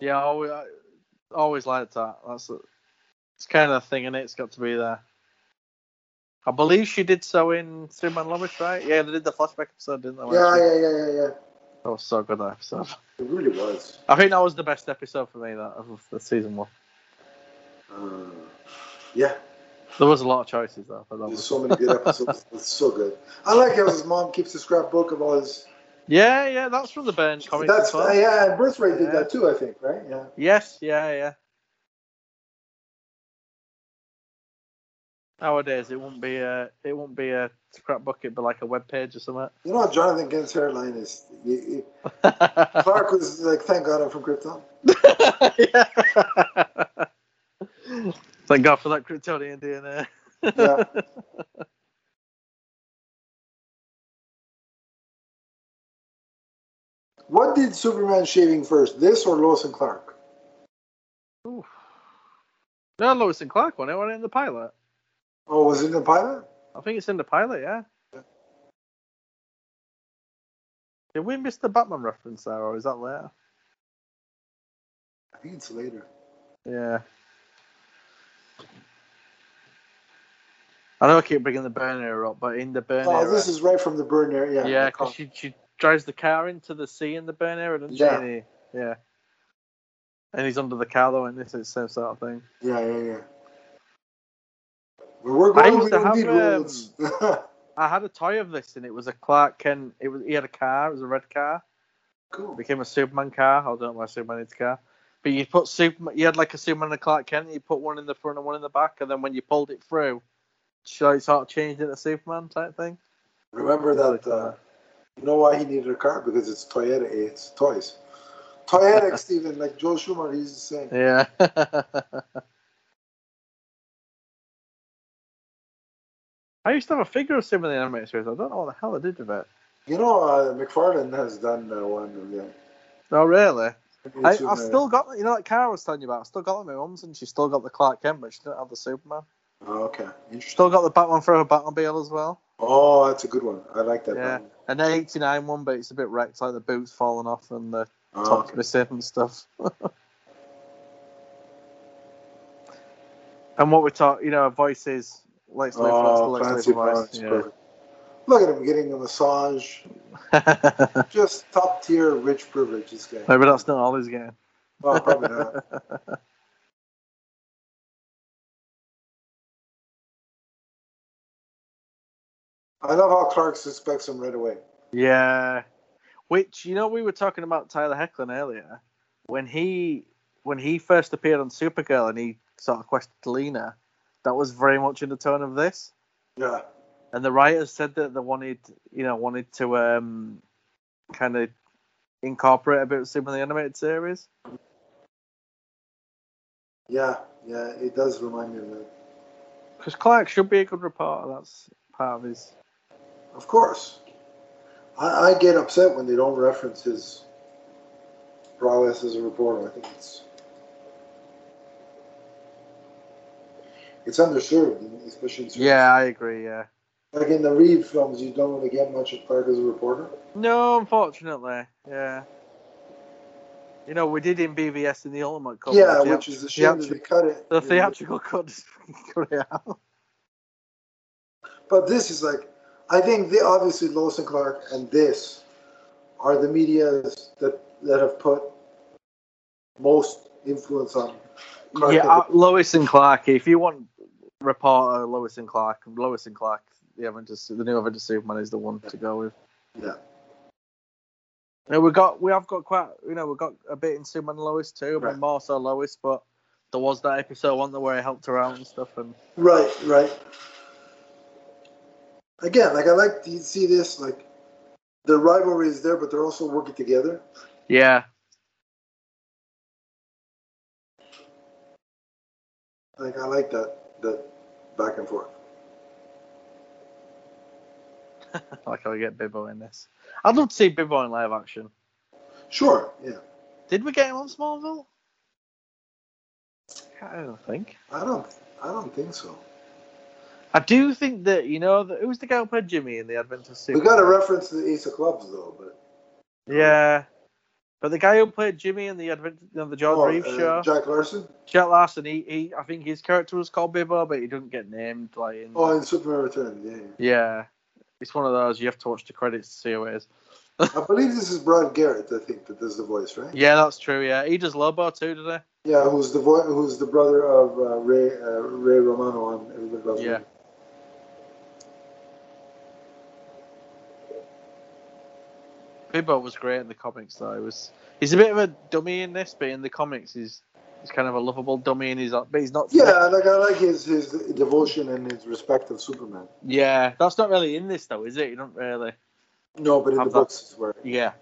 [SPEAKER 2] Yeah, I always, I always liked that. That's a, it's kind of a thing, and it? has got to be there. I believe she did so in Superman Lois, right? Yeah, they did the flashback episode, didn't they?
[SPEAKER 1] Yeah, yeah, yeah, yeah, yeah.
[SPEAKER 2] That was so good that episode.
[SPEAKER 1] Oh, It really was.
[SPEAKER 2] I think that was the best episode for me that of the season one.
[SPEAKER 1] Uh, yeah,
[SPEAKER 2] There was a lot of choices though. For that
[SPEAKER 1] there's
[SPEAKER 2] was...
[SPEAKER 1] so many good <laughs> episodes. It's so good. Um, I like how his mom keeps a scrapbook of all his.
[SPEAKER 2] Yeah, yeah, that's from the Burn comics.
[SPEAKER 1] That's
[SPEAKER 2] as well.
[SPEAKER 1] yeah. And Birthright did
[SPEAKER 2] Yeah.
[SPEAKER 1] that too, I think. Right? Yeah.
[SPEAKER 2] Yes, yeah, yeah. Nowadays, it won't be a it won't be a scrapbook. It'd be like a web page or something. <laughs>
[SPEAKER 1] You know, Jonathan Kent's hairline is. y- y- Clark was like, "Thank God I'm from Krypton."
[SPEAKER 2] yeah. Thank God for that Kryptonian DNA.
[SPEAKER 1] Yeah. What did Superman shaving first, this or Lois and Clark?
[SPEAKER 2] Oof. No, Lewis and Clark won it. Won it in the pilot.
[SPEAKER 1] Oh, was it in the pilot?
[SPEAKER 2] I think it's in the pilot, yeah. Did we miss the Batman reference there, or is that later?
[SPEAKER 1] I think it's later.
[SPEAKER 2] Yeah. I know I keep bringing the burn era up, but in the burn
[SPEAKER 1] Oh,
[SPEAKER 2] era,
[SPEAKER 1] this is right from the burn area. Yeah,
[SPEAKER 2] yeah, because she she drives the car into the sea in the burn era, doesn't
[SPEAKER 1] Yeah.
[SPEAKER 2] she? And he- yeah. And he's under the car though, and this is the same sort of thing.
[SPEAKER 1] yeah, yeah, yeah. Where we're
[SPEAKER 2] I
[SPEAKER 1] going,
[SPEAKER 2] used
[SPEAKER 1] we
[SPEAKER 2] to
[SPEAKER 1] don't need
[SPEAKER 2] have, um,
[SPEAKER 1] roads. <laughs>
[SPEAKER 2] I had a toy of this, and it was a Clark Kent. It was he had a car. It was a red car.
[SPEAKER 1] cool.
[SPEAKER 2] became a Superman car. I don't know why Superman needs a car. But you put Superman, you had like a Superman and Clark Kent. You put one in the front and one in the back, and then when you pulled it through, so it sort of changed into Superman type thing.
[SPEAKER 1] Remember that. Uh, you know why he needed a car? Because it's Toyota. eh? It's toys.
[SPEAKER 2] <laughs>
[SPEAKER 1] Toyetic, Stephen, like Joe Schumer, he's the same.
[SPEAKER 2] Yeah. <laughs> I used to have a figure of Superman in the animated series. I don't know what the hell I did with it.
[SPEAKER 1] You know, uh, McFarlane has done uh, one of them.
[SPEAKER 2] No, really. I,
[SPEAKER 1] It's in,
[SPEAKER 2] I've
[SPEAKER 1] uh,
[SPEAKER 2] still got, you know, that car I was telling you about. I still got it at my mum's, and she still got the Clark Kent, but she didn't have the Superman.
[SPEAKER 1] Oh, okay. Interesting.
[SPEAKER 2] Still got the Batman Forever Batmobile as well.
[SPEAKER 1] Oh, that's a good one. I like that
[SPEAKER 2] Yeah.
[SPEAKER 1] one.
[SPEAKER 2] an 89 one, but it's a bit wrecked, like the boots falling off and the
[SPEAKER 1] Oh,
[SPEAKER 2] top's
[SPEAKER 1] okay.
[SPEAKER 2] missing and stuff. <laughs> And what we talk, you know, voices. Let's live,
[SPEAKER 1] Oh,
[SPEAKER 2] let's, let's
[SPEAKER 1] fancy
[SPEAKER 2] live,
[SPEAKER 1] pants.
[SPEAKER 2] voice.
[SPEAKER 1] perfect. Look at him getting a massage.
[SPEAKER 2] Yeah.
[SPEAKER 1] Just top tier rich privilege, this guy.
[SPEAKER 2] <laughs> Maybe that's not all he's getting.
[SPEAKER 1] Oh, probably not.
[SPEAKER 2] <laughs>
[SPEAKER 1] I love how Clark suspects him right away.
[SPEAKER 2] Yeah. Which you know we were talking about Tyler Hecklin earlier when he when he first appeared on Supergirl and he sort of questioned Lena. That was very much in the tone of this.
[SPEAKER 1] Yeah.
[SPEAKER 2] And the writers said that they wanted you know wanted to um kind of incorporate a bit of some of the animated series.
[SPEAKER 1] Yeah. Yeah. It does remind me of that.
[SPEAKER 2] Because Clark should be a good reporter. That's part of his.
[SPEAKER 1] Of course. I, I get upset when they don't reference his prowess as a reporter. I think it's it's underserved, especially in certain-
[SPEAKER 2] Yeah, I agree. Yeah.
[SPEAKER 1] Like in the Reed films, you don't really get much of Clark as a reporter.
[SPEAKER 2] No, unfortunately. Yeah. You know, we did in BVS in the Ultimate Cup.
[SPEAKER 1] yeah,
[SPEAKER 2] the
[SPEAKER 1] which is a shame that they cut it.
[SPEAKER 2] The theatrical cut is <laughs> cut it out.
[SPEAKER 1] But this is like, I think they obviously Lawson Clark and this are the medias that that have put most influence on. Clark
[SPEAKER 2] Yeah, uh, Lois and Clark. If you want reporter Lois and Clark, Lois and Clark, the Avengers, the new Avengers Superman is the one to go with.
[SPEAKER 1] Yeah.
[SPEAKER 2] You know, we got we have got quite you know we got a bit in Superman and Lois too, but
[SPEAKER 1] Right.
[SPEAKER 2] more so Lois. But there was that episode one that where I helped her out and stuff, and
[SPEAKER 1] Right, right. Again, like I like to see this like the rivalry is there, but they're also working together.
[SPEAKER 2] yeah,
[SPEAKER 1] Like I like that that back and forth.
[SPEAKER 2] like how we get Bibbo in this. I'd love to see Bibbo in live action.
[SPEAKER 1] Sure, yeah.
[SPEAKER 2] Did we get him on Smallville? I don't think.
[SPEAKER 1] I don't I don't think so.
[SPEAKER 2] I do think that you know that, who's the guy who played Jimmy in the Advent of
[SPEAKER 1] We
[SPEAKER 2] Superman.
[SPEAKER 1] got a reference to the Ace of Clubs though, but
[SPEAKER 2] Yeah, but the guy who played Jimmy in the Advent of the John
[SPEAKER 1] Oh,
[SPEAKER 2] Reeves
[SPEAKER 1] uh,
[SPEAKER 2] show,
[SPEAKER 1] Jack Larson.
[SPEAKER 2] Jack Larson. He, he, I think his character was called Bibbo, but he didn't get named. Like, in,
[SPEAKER 1] Oh, and Superman Returns. Yeah,
[SPEAKER 2] yeah, it's one of those you have to watch the credits to see who it is.
[SPEAKER 1] yeah. I believe this is Brad Garrett. I think that does the voice, right?
[SPEAKER 2] Yeah, that's true. Yeah, he does Lobo too, doesn't
[SPEAKER 1] Yeah, who's the vo- who's the brother of uh, Ray uh, Ray Romano on Everybody Loves
[SPEAKER 2] Yeah.
[SPEAKER 1] Raymond.
[SPEAKER 2] he? Bibbo was great in the comics though. He was he's a bit of a dummy in this, but in the comics he's he's kind of a lovable dummy, and he's not, but he's not.
[SPEAKER 1] Yeah, like I like his his devotion and his respect of Superman.
[SPEAKER 2] yeah, that's not really in this though, is it? You don't really.
[SPEAKER 1] No, but in
[SPEAKER 2] Have
[SPEAKER 1] the
[SPEAKER 2] that.
[SPEAKER 1] books is where
[SPEAKER 2] Yeah.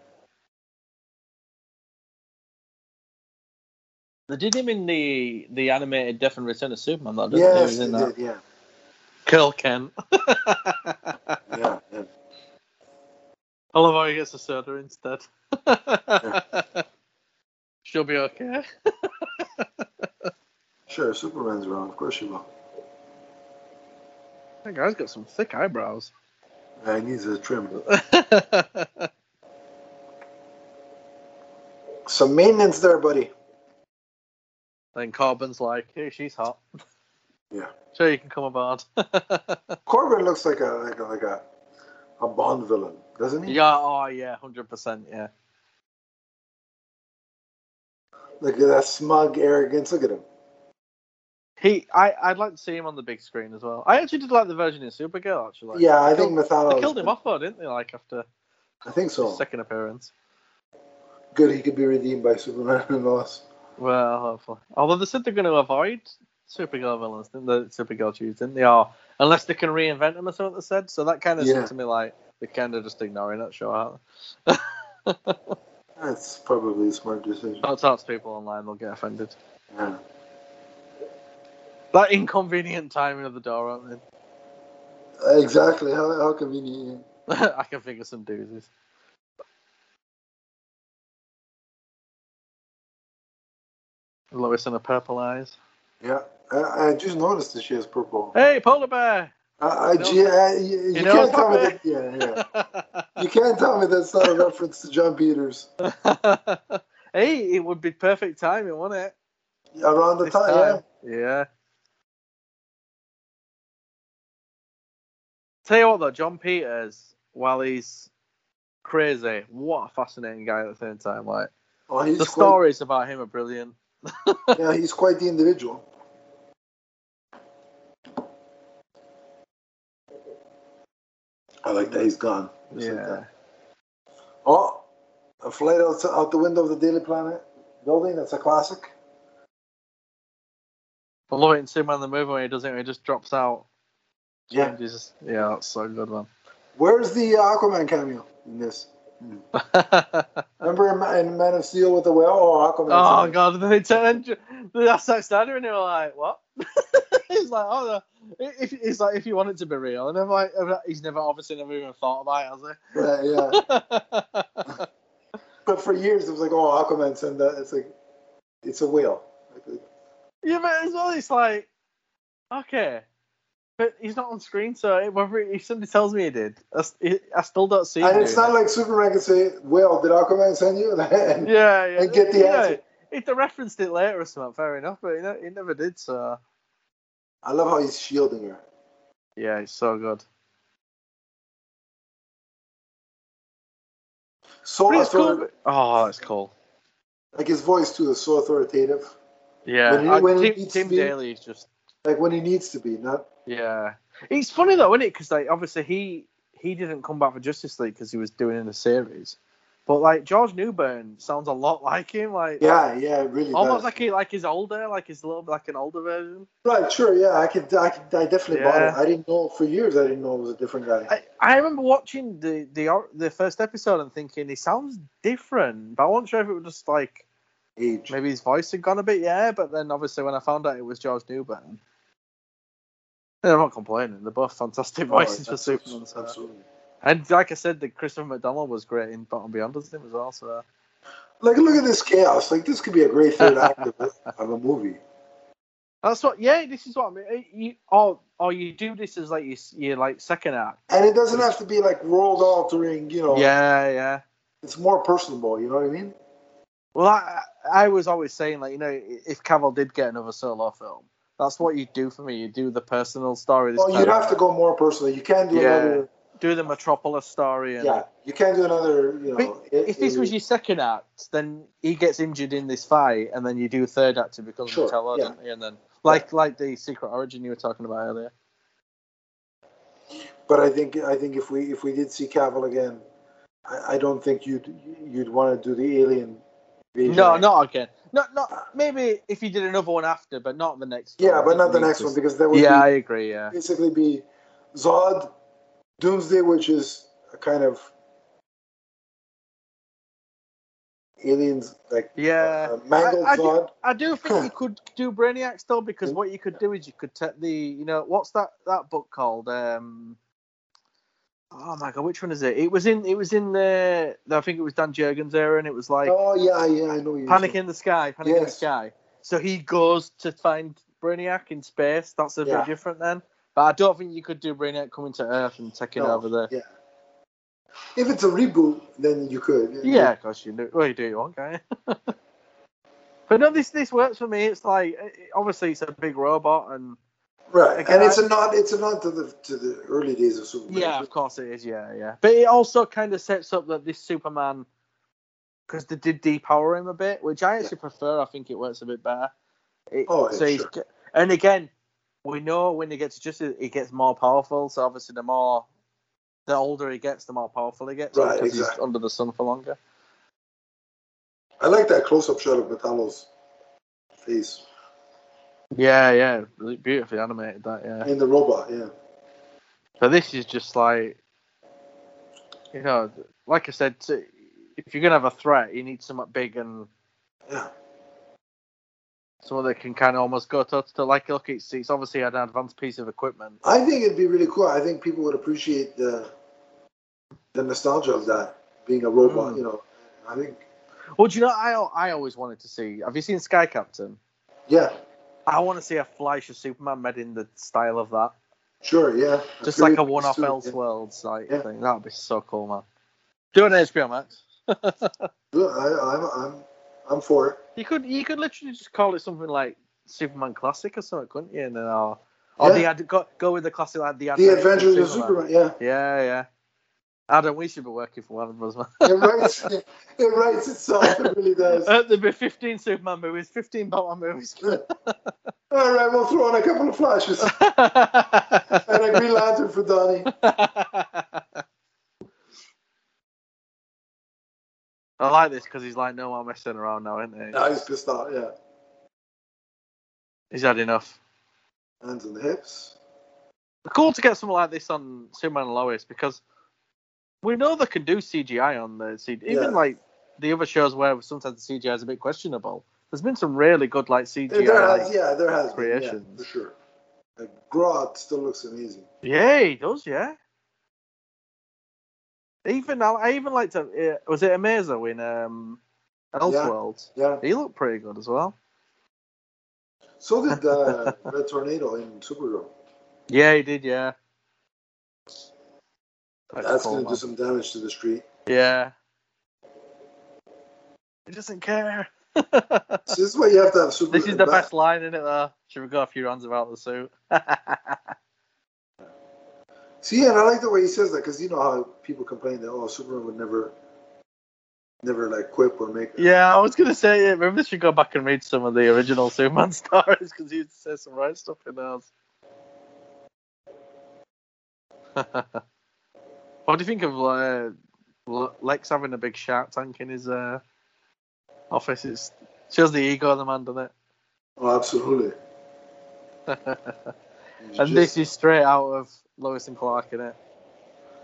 [SPEAKER 2] They did him in the the animated Death and Return of Superman, though, didn't they? He
[SPEAKER 1] yes,
[SPEAKER 2] was in
[SPEAKER 1] they
[SPEAKER 2] that.
[SPEAKER 1] did, yeah,
[SPEAKER 2] Kill Ken. <laughs>
[SPEAKER 1] yeah, yeah.
[SPEAKER 2] I love how he gets a soda <laughs> instead. She'll be okay.
[SPEAKER 1] Sure, Superman's wrong. Of course you will.
[SPEAKER 2] That guy's got some thick eyebrows. <laughs>
[SPEAKER 1] Uh, he needs a trim. Some maintenance there, buddy.
[SPEAKER 2] then Corbin's like, hey, she's hot.
[SPEAKER 1] Yeah.
[SPEAKER 2] Sure, you can come aboard. <laughs>
[SPEAKER 1] Corbin looks like a like a like a, a Bond villain, doesn't he?
[SPEAKER 2] yeah, oh, yeah, 100%, yeah.
[SPEAKER 1] Look at that smug arrogance. Look at him.
[SPEAKER 2] He, I, I'd like to see him on the big screen as well. I actually did like the version in Supergirl. Actually,
[SPEAKER 1] yeah, I think
[SPEAKER 2] they
[SPEAKER 1] Methano.
[SPEAKER 2] killed him off, though, didn't they? Like after
[SPEAKER 1] I think so.
[SPEAKER 2] his second appearance.
[SPEAKER 1] Good, he could be redeemed by Superman and Lois.
[SPEAKER 2] Well, hopefully. Although they said they're going to avoid Supergirl villains, didn't they? Supergirl Tuesday, didn't they? Or unless they can reinvent them or something. They said so. That kind of
[SPEAKER 1] Yeah.
[SPEAKER 2] seemed to me like they're kind of just ignoring that show. Out.
[SPEAKER 1] That's probably a smart decision.
[SPEAKER 2] Don't talk to people online; they'll get offended.
[SPEAKER 1] Yeah.
[SPEAKER 2] That inconvenient timing of the door opening.
[SPEAKER 1] Exactly. How, how convenient.
[SPEAKER 2] <laughs> I can think of some doozies. Lois and her purple eyes.
[SPEAKER 1] Yeah. I, I just noticed that she has purple.
[SPEAKER 2] Hey, polar bear! <laughs>
[SPEAKER 1] I, I,
[SPEAKER 2] No.
[SPEAKER 1] gee, I- you, you
[SPEAKER 2] know,
[SPEAKER 1] can't tell me
[SPEAKER 2] Papa.
[SPEAKER 1] that. Yeah, yeah. You can't tell me that's not a reference to John Peters.
[SPEAKER 2] hey, it would be perfect timing, wouldn't it?
[SPEAKER 1] Around the
[SPEAKER 2] This
[SPEAKER 1] time,
[SPEAKER 2] Yeah. Tell you what though, John Peters, while he's crazy, what a fascinating guy at the same time. Like
[SPEAKER 1] Oh, he's
[SPEAKER 2] the
[SPEAKER 1] quite,
[SPEAKER 2] stories about him are brilliant.
[SPEAKER 1] Yeah, he's quite the individual. I like that he's gone. Just like that. Oh, a flight out, out the window of the Daily Planet building. That's a classic.
[SPEAKER 2] I love it in Superman the movie when he does it, when he just drops out.
[SPEAKER 1] Yeah.
[SPEAKER 2] He's just- yeah, that's so good, man. <laughs>
[SPEAKER 1] Where's the uh, Aquaman cameo in this? Remember in, Ma- in Man of Steel with the whale? Oh, Aquaman.
[SPEAKER 2] oh god, they turned the sex standard and they were like, "What?" <laughs> he's like, "Oh, no. if he's like, if you want it to be real," and I'm like, "He's never obviously never even thought about it,
[SPEAKER 1] Yeah, yeah.
[SPEAKER 2] has he?" <laughs>
[SPEAKER 1] But for years, it was like, oh, Aquaman sent that. It's like, it's a whale.
[SPEAKER 2] Yeah, but as well, it's like, okay, but he's not on screen, so whether he, if somebody tells me he did, I, s- I still don't see. him
[SPEAKER 1] And it's
[SPEAKER 2] doing
[SPEAKER 1] not like Superman can say, well, did Aquaman send you? <laughs>
[SPEAKER 2] it.
[SPEAKER 1] And-
[SPEAKER 2] yeah, yeah,
[SPEAKER 1] and get the
[SPEAKER 2] you know,
[SPEAKER 1] answer.
[SPEAKER 2] if they referenced it later or something, fair enough. But he, ne- he never did, so
[SPEAKER 1] I love how he's shielding her.
[SPEAKER 2] yeah, it's so good.
[SPEAKER 1] So
[SPEAKER 2] But it's cool.
[SPEAKER 1] author-
[SPEAKER 2] but- Oh, it's cool.
[SPEAKER 1] like his voice too is so authoritative.
[SPEAKER 2] Yeah,
[SPEAKER 1] When he-
[SPEAKER 2] I-
[SPEAKER 1] when he
[SPEAKER 2] Tim,
[SPEAKER 1] needs
[SPEAKER 2] Tim
[SPEAKER 1] to be-
[SPEAKER 2] Daly is just
[SPEAKER 1] Like when he needs to be, not
[SPEAKER 2] yeah. It's funny though, isn't it? Because like obviously he he didn't come back for Justice League because he was doing it in a series, but like George Newburn sounds a lot like him. Like
[SPEAKER 1] yeah, yeah, it really.
[SPEAKER 2] Almost
[SPEAKER 1] does.
[SPEAKER 2] like he like he's older, like he's a little like an older version.
[SPEAKER 1] right, sure, yeah. I could, I could, I definitely bought it.
[SPEAKER 2] Yeah.
[SPEAKER 1] I didn't know for years. I didn't know it was a different guy.
[SPEAKER 2] I, I remember watching the the or- the first episode and thinking he sounds different, but I wasn't sure if it was just like
[SPEAKER 1] Age.
[SPEAKER 2] maybe his voice had gone a bit, yeah. But then obviously when I found out it was George Newburn, and I'm not complaining. They're both fantastic
[SPEAKER 1] <laughs> Oh,
[SPEAKER 2] voices for
[SPEAKER 1] absolutely,
[SPEAKER 2] Superman. so-
[SPEAKER 1] Absolutely.
[SPEAKER 2] And like I said, the Christopher McDonald was great in Bottom Beyond as him as well. So
[SPEAKER 1] Like, look at this chaos. Like, this could be a great third act of, a- of a movie.
[SPEAKER 2] that's what, yeah. This is what I mean. Eh, You, or or you do this as like your, s- your like second act.
[SPEAKER 1] And it doesn't have to be like world altering. You know,
[SPEAKER 2] Yeah, yeah.
[SPEAKER 1] it's more personable. You know what I mean?
[SPEAKER 2] Well, I, I was always saying, like, you know, if Cavill did get another solo film, that's what you do for me. You do the personal story. This
[SPEAKER 1] Well, you'd
[SPEAKER 2] time.
[SPEAKER 1] have to go more personal. You can't do
[SPEAKER 2] Yeah.
[SPEAKER 1] another.
[SPEAKER 2] do the Metropolis story.
[SPEAKER 1] Yeah.
[SPEAKER 2] And,
[SPEAKER 1] you can't do another. You know,
[SPEAKER 2] But if this was your second act, then he gets injured in this fight, and then you do a third act to become
[SPEAKER 1] Sure,
[SPEAKER 2] Metallo,
[SPEAKER 1] yeah.
[SPEAKER 2] don't you? And then, like, like the Secret Origin you were talking about earlier.
[SPEAKER 1] But I think I think if we if we did see Cavill again, I, I don't think you'd you'd want to do the alien. Invasion.
[SPEAKER 2] No, not again. Not, not maybe if you did another one after, but not the next.
[SPEAKER 1] Yeah, but
[SPEAKER 2] one.
[SPEAKER 1] not the next one because that would
[SPEAKER 2] yeah, I
[SPEAKER 1] be,
[SPEAKER 2] agree. Yeah,
[SPEAKER 1] basically be Zod, Doomsday, which is a kind of aliens like
[SPEAKER 2] yeah.
[SPEAKER 1] uh, mangled
[SPEAKER 2] I- I do-
[SPEAKER 1] Zod. <clears throat>
[SPEAKER 2] I do think you could do Brainiac still because what you could do is you could take the you know what's that that book called? Um, oh my god, which one is it? It was in it was in the I think it was Dan Jurgens era, and it was like
[SPEAKER 1] oh yeah, yeah, I know what you.
[SPEAKER 2] Panic in the Sky, Panic in the
[SPEAKER 1] Yes.
[SPEAKER 2] Sky. So he goes to find Brainiac in space. That's a
[SPEAKER 1] Yeah.
[SPEAKER 2] bit different then. But I don't think you could do Brainiac coming to Earth and taking
[SPEAKER 1] No,
[SPEAKER 2] over the.
[SPEAKER 1] Yeah. If it's a reboot, then you could.
[SPEAKER 2] Yeah, of course you do. Well, you do you want, can you? <laughs> but no, this this works for me. It's like eh, eh, obviously it's a big robot and.
[SPEAKER 1] Right,
[SPEAKER 2] Again,
[SPEAKER 1] and it's a nod. It's a nod to the to the early days of Superman.
[SPEAKER 2] uh, Yeah, of course it is. Yeah, yeah. But it also kind of sets up that this Superman, because they did depower him a bit, which I actually prefer. I think it works a bit better. It-
[SPEAKER 1] Oh, yeah,
[SPEAKER 2] he's
[SPEAKER 1] sure.
[SPEAKER 2] g- And again, we know when he gets justice, he gets more powerful. So obviously, the more, the older he gets, the more powerful he gets.
[SPEAKER 1] Right,
[SPEAKER 2] because he's
[SPEAKER 1] exactly.
[SPEAKER 2] under the sun for longer.
[SPEAKER 1] I like that close-up shot of Metallo's face
[SPEAKER 2] Yeah, yeah. Really Beautifully animated that. Yeah.
[SPEAKER 1] in the robot. Yeah,
[SPEAKER 2] But this is just like, you know, like I said, to- if you're gonna have a threat, you need something big and
[SPEAKER 1] yeah.
[SPEAKER 2] someone that can kind of almost go to to like look it's, it's obviously an advanced piece of equipment
[SPEAKER 1] I think it'd be really cool. I think people would appreciate the the nostalgia of that being a robot.
[SPEAKER 2] Mm.
[SPEAKER 1] You know, I think
[SPEAKER 2] well do you know i al- i always wanted to see have you seen sky captain
[SPEAKER 1] yeah,
[SPEAKER 2] i want to see a flash of superman made in the style of that
[SPEAKER 1] sure, yeah.
[SPEAKER 2] just
[SPEAKER 1] Period
[SPEAKER 2] like a one-off
[SPEAKER 1] suit, yeah.
[SPEAKER 2] elseworlds like
[SPEAKER 1] Yeah.
[SPEAKER 2] thing that would be so cool man do an hbo max
[SPEAKER 1] Yeah, I, I'm I'm I'm for it.
[SPEAKER 2] you could you could literally just call it something like superman classic or something couldn't you and then or Or
[SPEAKER 1] Yeah.
[SPEAKER 2] the ad- go, go with the classic like the,
[SPEAKER 1] The Adventures of Superman. Yeah.
[SPEAKER 2] Yeah, yeah. Adam, we should be working for one of them as well.
[SPEAKER 1] It writes, <laughs> it writes itself. It really does.
[SPEAKER 2] Uh, there'd be 15 Superman movies, 15
[SPEAKER 1] <laughs>
[SPEAKER 2] Batman movies.
[SPEAKER 1] All right, we'll throw on a couple of flashes and a Green Lantern for Donnie.
[SPEAKER 2] I like this because he's like, no more messing around now, isn't he?
[SPEAKER 1] Now he's pissed off. Yeah,
[SPEAKER 2] He's had enough.
[SPEAKER 1] hands on the hips.
[SPEAKER 2] Cool to get something like this on Superman and Lois because we know they can do CGI on the CD. Even
[SPEAKER 1] Yeah.
[SPEAKER 2] like the other shows where sometimes the CGI is a bit questionable. There's been some really good like CGI.
[SPEAKER 1] There, there
[SPEAKER 2] like-
[SPEAKER 1] has, yeah, there has been, yeah,
[SPEAKER 2] creations.
[SPEAKER 1] for sure. Like, Grodd still looks amazing.
[SPEAKER 2] Yeah, he does. Yeah. Even I, I even liked uh, was it Amazo in um, Elseworlds?
[SPEAKER 1] Yeah.
[SPEAKER 2] He looked pretty good as well.
[SPEAKER 1] So did
[SPEAKER 2] <laughs>
[SPEAKER 1] uh, Red Tornado in Supergirl.
[SPEAKER 2] Yeah, he did. Yeah.
[SPEAKER 1] That's, going to do some damage to the street.
[SPEAKER 2] Yeah. He doesn't care. <laughs>
[SPEAKER 1] So this is why you have to have Supergirl.
[SPEAKER 2] this is the best line in it, though. Should we go a few rounds about the suit? <laughs>
[SPEAKER 1] See, and I like the way he says that because you know how people complain that oh, Superman would never, never like quip or make.
[SPEAKER 2] yeah, I was gonna say yeah, maybe we should go back and read some of the original Superman <laughs> stories because he used to say some right stuff in those. <laughs> what do you think of uh, Le- Lex having a big shark tank in his uh, office? It shows the ego of the man, doesn't it?
[SPEAKER 1] Oh, absolutely.
[SPEAKER 2] <laughs> And this is straight out of Lois and Clark, in it.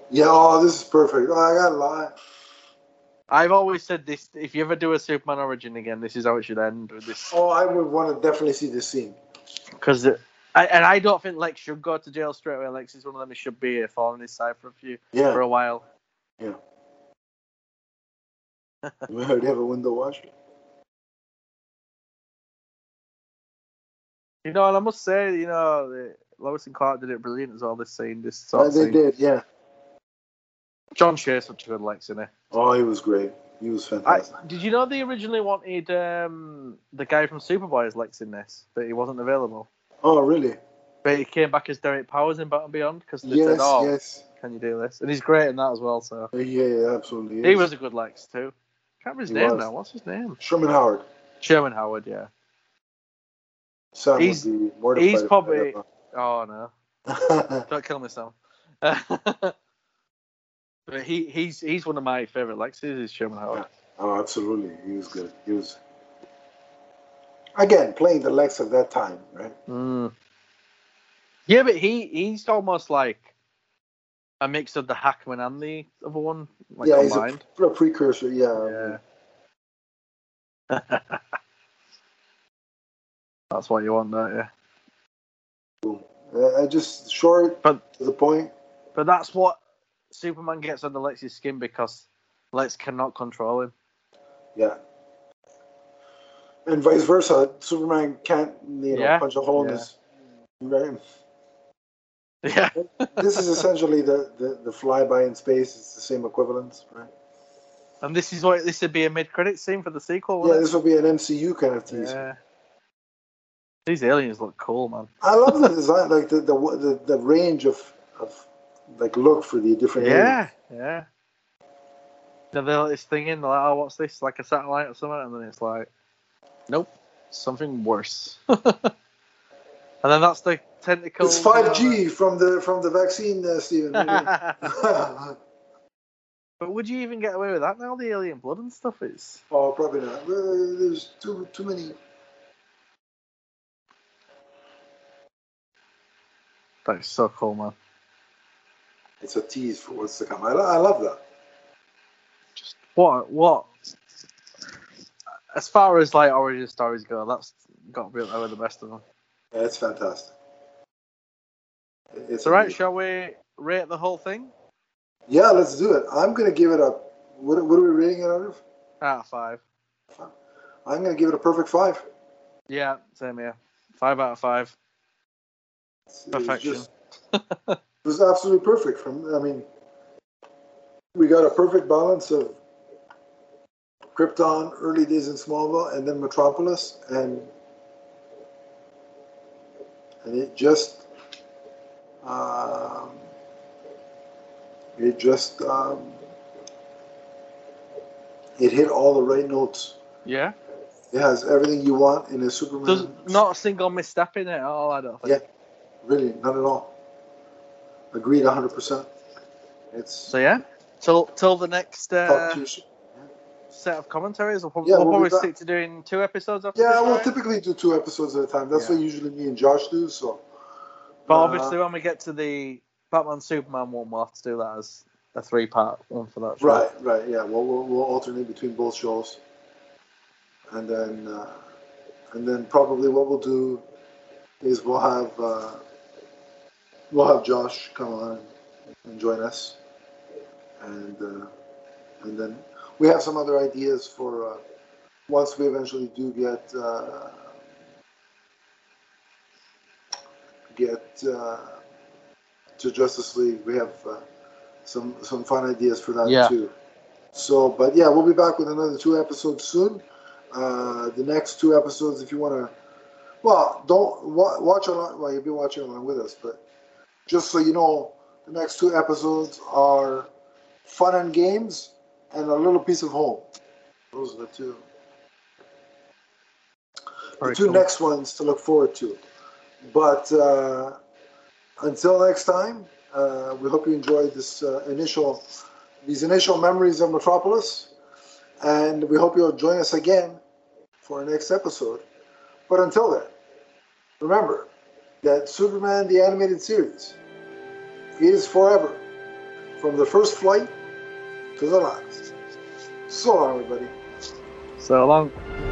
[SPEAKER 1] Yeah, oh, this is perfect. Oh, I gotta lie.
[SPEAKER 2] I've always said this: if you ever do a Superman origin again, this is how it should end with this.
[SPEAKER 1] Oh, I would want to definitely see this scene.
[SPEAKER 2] Because, and I don't think Lex should go to jail straight away. Lex is one of them who should be here, following his side for a few for
[SPEAKER 1] Yeah,
[SPEAKER 2] a while.
[SPEAKER 1] <laughs> we already have a window washer.
[SPEAKER 2] You know, and I must say, you know, the, Lois and Clark did it brilliant as well. This scene, this sort
[SPEAKER 1] Yeah,
[SPEAKER 2] of
[SPEAKER 1] they
[SPEAKER 2] scene.
[SPEAKER 1] did. Yeah.
[SPEAKER 2] John Shear's such a good Lex, isn't he?
[SPEAKER 1] Oh, he was great. He was
[SPEAKER 2] I,
[SPEAKER 1] fantastic.
[SPEAKER 2] did you know they originally wanted um, the guy from Superboy as Lex in this, but he wasn't available.
[SPEAKER 1] oh, really?
[SPEAKER 2] But he came back as Derek Powers in Batman Beyond because they
[SPEAKER 1] Yes,
[SPEAKER 2] said, "Oh,
[SPEAKER 1] yes.
[SPEAKER 2] can you do this?" And he's great in that as well. So
[SPEAKER 1] Yeah, absolutely.
[SPEAKER 2] He
[SPEAKER 1] yes.
[SPEAKER 2] was a good Lex too. Can't remember his
[SPEAKER 1] He
[SPEAKER 2] name
[SPEAKER 1] was.
[SPEAKER 2] now. What's his name?
[SPEAKER 1] Sherman Howard.
[SPEAKER 2] Sherman Howard. Yeah.
[SPEAKER 1] Sam
[SPEAKER 2] He's-
[SPEAKER 1] would be mortified.
[SPEAKER 2] he's
[SPEAKER 1] if I
[SPEAKER 2] probably-
[SPEAKER 1] got
[SPEAKER 2] Oh no!
[SPEAKER 1] that.
[SPEAKER 2] Don't kill me, <laughs> Sam. but he he's he's one of my favorite Lexes. Is Sherman Howard?
[SPEAKER 1] <laughs> oh, absolutely. He was good. He was. Again, playing the Lex of that time, right?
[SPEAKER 2] Mm. Yeah, but he he's almost like a mix of the Hackman and the other one, like
[SPEAKER 1] yeah, he's a, <laughs> um,
[SPEAKER 2] combined.
[SPEAKER 1] a precursor. Yeah.
[SPEAKER 2] Yeah. <laughs> That's what you want, don't you?
[SPEAKER 1] Uh, just short,
[SPEAKER 2] But-
[SPEAKER 1] to the point.
[SPEAKER 2] But that's what Superman gets under Lex's skin because Lex cannot control him. <laughs>
[SPEAKER 1] Yeah. And vice versa, Superman can't you know
[SPEAKER 2] Yeah,
[SPEAKER 1] punch a hole in
[SPEAKER 2] yeah.
[SPEAKER 1] his. Right?
[SPEAKER 2] Yeah.
[SPEAKER 1] This is essentially the, the the flyby in space. It's the same equivalence, right?
[SPEAKER 2] And this is what this would be a mid-credit scene for the sequel,
[SPEAKER 1] Yeah,
[SPEAKER 2] wouldn't
[SPEAKER 1] this will be an MCU kind of
[SPEAKER 2] it?
[SPEAKER 1] tease.
[SPEAKER 2] Yeah. These aliens look cool, man.
[SPEAKER 1] I love the design, like the the the, the range of, of like look for the different. areas.
[SPEAKER 2] Yeah, yeah. Then they let this thing in, they're like, oh, what's this? Like a satellite or something? And then it's like, nope, something worse. <laughs> and then that's the tentacle.
[SPEAKER 1] It's five G from the from the vaccine, uh, Stephen. <laughs>
[SPEAKER 2] <laughs> but
[SPEAKER 1] oh,
[SPEAKER 2] would you even get away with that now? The alien blood and stuff is.
[SPEAKER 1] Oh, probably not. Uh, There's too too many.
[SPEAKER 2] That is so cool, man.
[SPEAKER 1] It's a tease for what's to come. I, lo- I love that.
[SPEAKER 2] What? What? As far as like origin stories go, that's got to be up there with the best of them.
[SPEAKER 1] Yeah, it's fantastic. It's
[SPEAKER 2] So, right,
[SPEAKER 1] amazing.
[SPEAKER 2] shall we rate the whole thing
[SPEAKER 1] Yeah, let's do it. I'm gonna give it a. What, what are we rating it out of?
[SPEAKER 2] out of five?
[SPEAKER 1] I'm gonna give it a perfect five.
[SPEAKER 2] Yeah, same here. Five out of five.
[SPEAKER 1] It's-
[SPEAKER 2] Perfection.
[SPEAKER 1] It was, just, it was absolutely perfect. From I mean, we got a perfect balance of Krypton, early days in Smallville, and then Metropolis, and and it just Um, it just um, it hit all the right notes.
[SPEAKER 2] Yeah.
[SPEAKER 1] It has everything you want in a Superman.
[SPEAKER 2] There's not a single misstep in it at all, I don't think.
[SPEAKER 1] Yeah. Really, not at all. Agreed, 100%. It's
[SPEAKER 2] So, yeah. Till, till the next uh,
[SPEAKER 1] top tier shit.
[SPEAKER 2] set of commentaries, we'll probably,
[SPEAKER 1] Yeah,
[SPEAKER 2] we'll
[SPEAKER 1] we'll be
[SPEAKER 2] probably
[SPEAKER 1] back.
[SPEAKER 2] stick to doing two episodes after
[SPEAKER 1] Yeah,
[SPEAKER 2] this,
[SPEAKER 1] we'll
[SPEAKER 2] right?
[SPEAKER 1] typically do two episodes at a time. That's
[SPEAKER 2] Yeah.
[SPEAKER 1] what usually me and Josh do. So,
[SPEAKER 2] But
[SPEAKER 1] Uh,
[SPEAKER 2] obviously, when we get to the Batman Superman one, we'll have to do that as a three part one for that show.
[SPEAKER 1] right, right, yeah, we'll, we'll, we'll alternate between both shows, and then uh, and then probably what we'll do is we'll have uh, we'll have Josh come on and join us, and uh, and then we have some other ideas for uh, once we eventually do get uh, get uh, to Justice League. We have uh, some some fun ideas for that
[SPEAKER 2] Yeah.
[SPEAKER 1] too. So, but yeah, we'll be back with another two episodes soon. Uh, the next two episodes, if you want to, well, don't wa- watch along. Well, you'll be watching along with us, but just so you know, the next two episodes are fun and games and a little piece of home. Those are the two
[SPEAKER 2] Very
[SPEAKER 1] the two
[SPEAKER 2] cool.
[SPEAKER 1] next ones to look forward to. But uh, until next time, uh, we hope you enjoyed this uh, initial, these initial memories of Metropolis, and we hope you'll join us again for our next episode. But until then, remember that Superman the animated series is forever, from the first flight to the last. So long, everybody.
[SPEAKER 2] So long.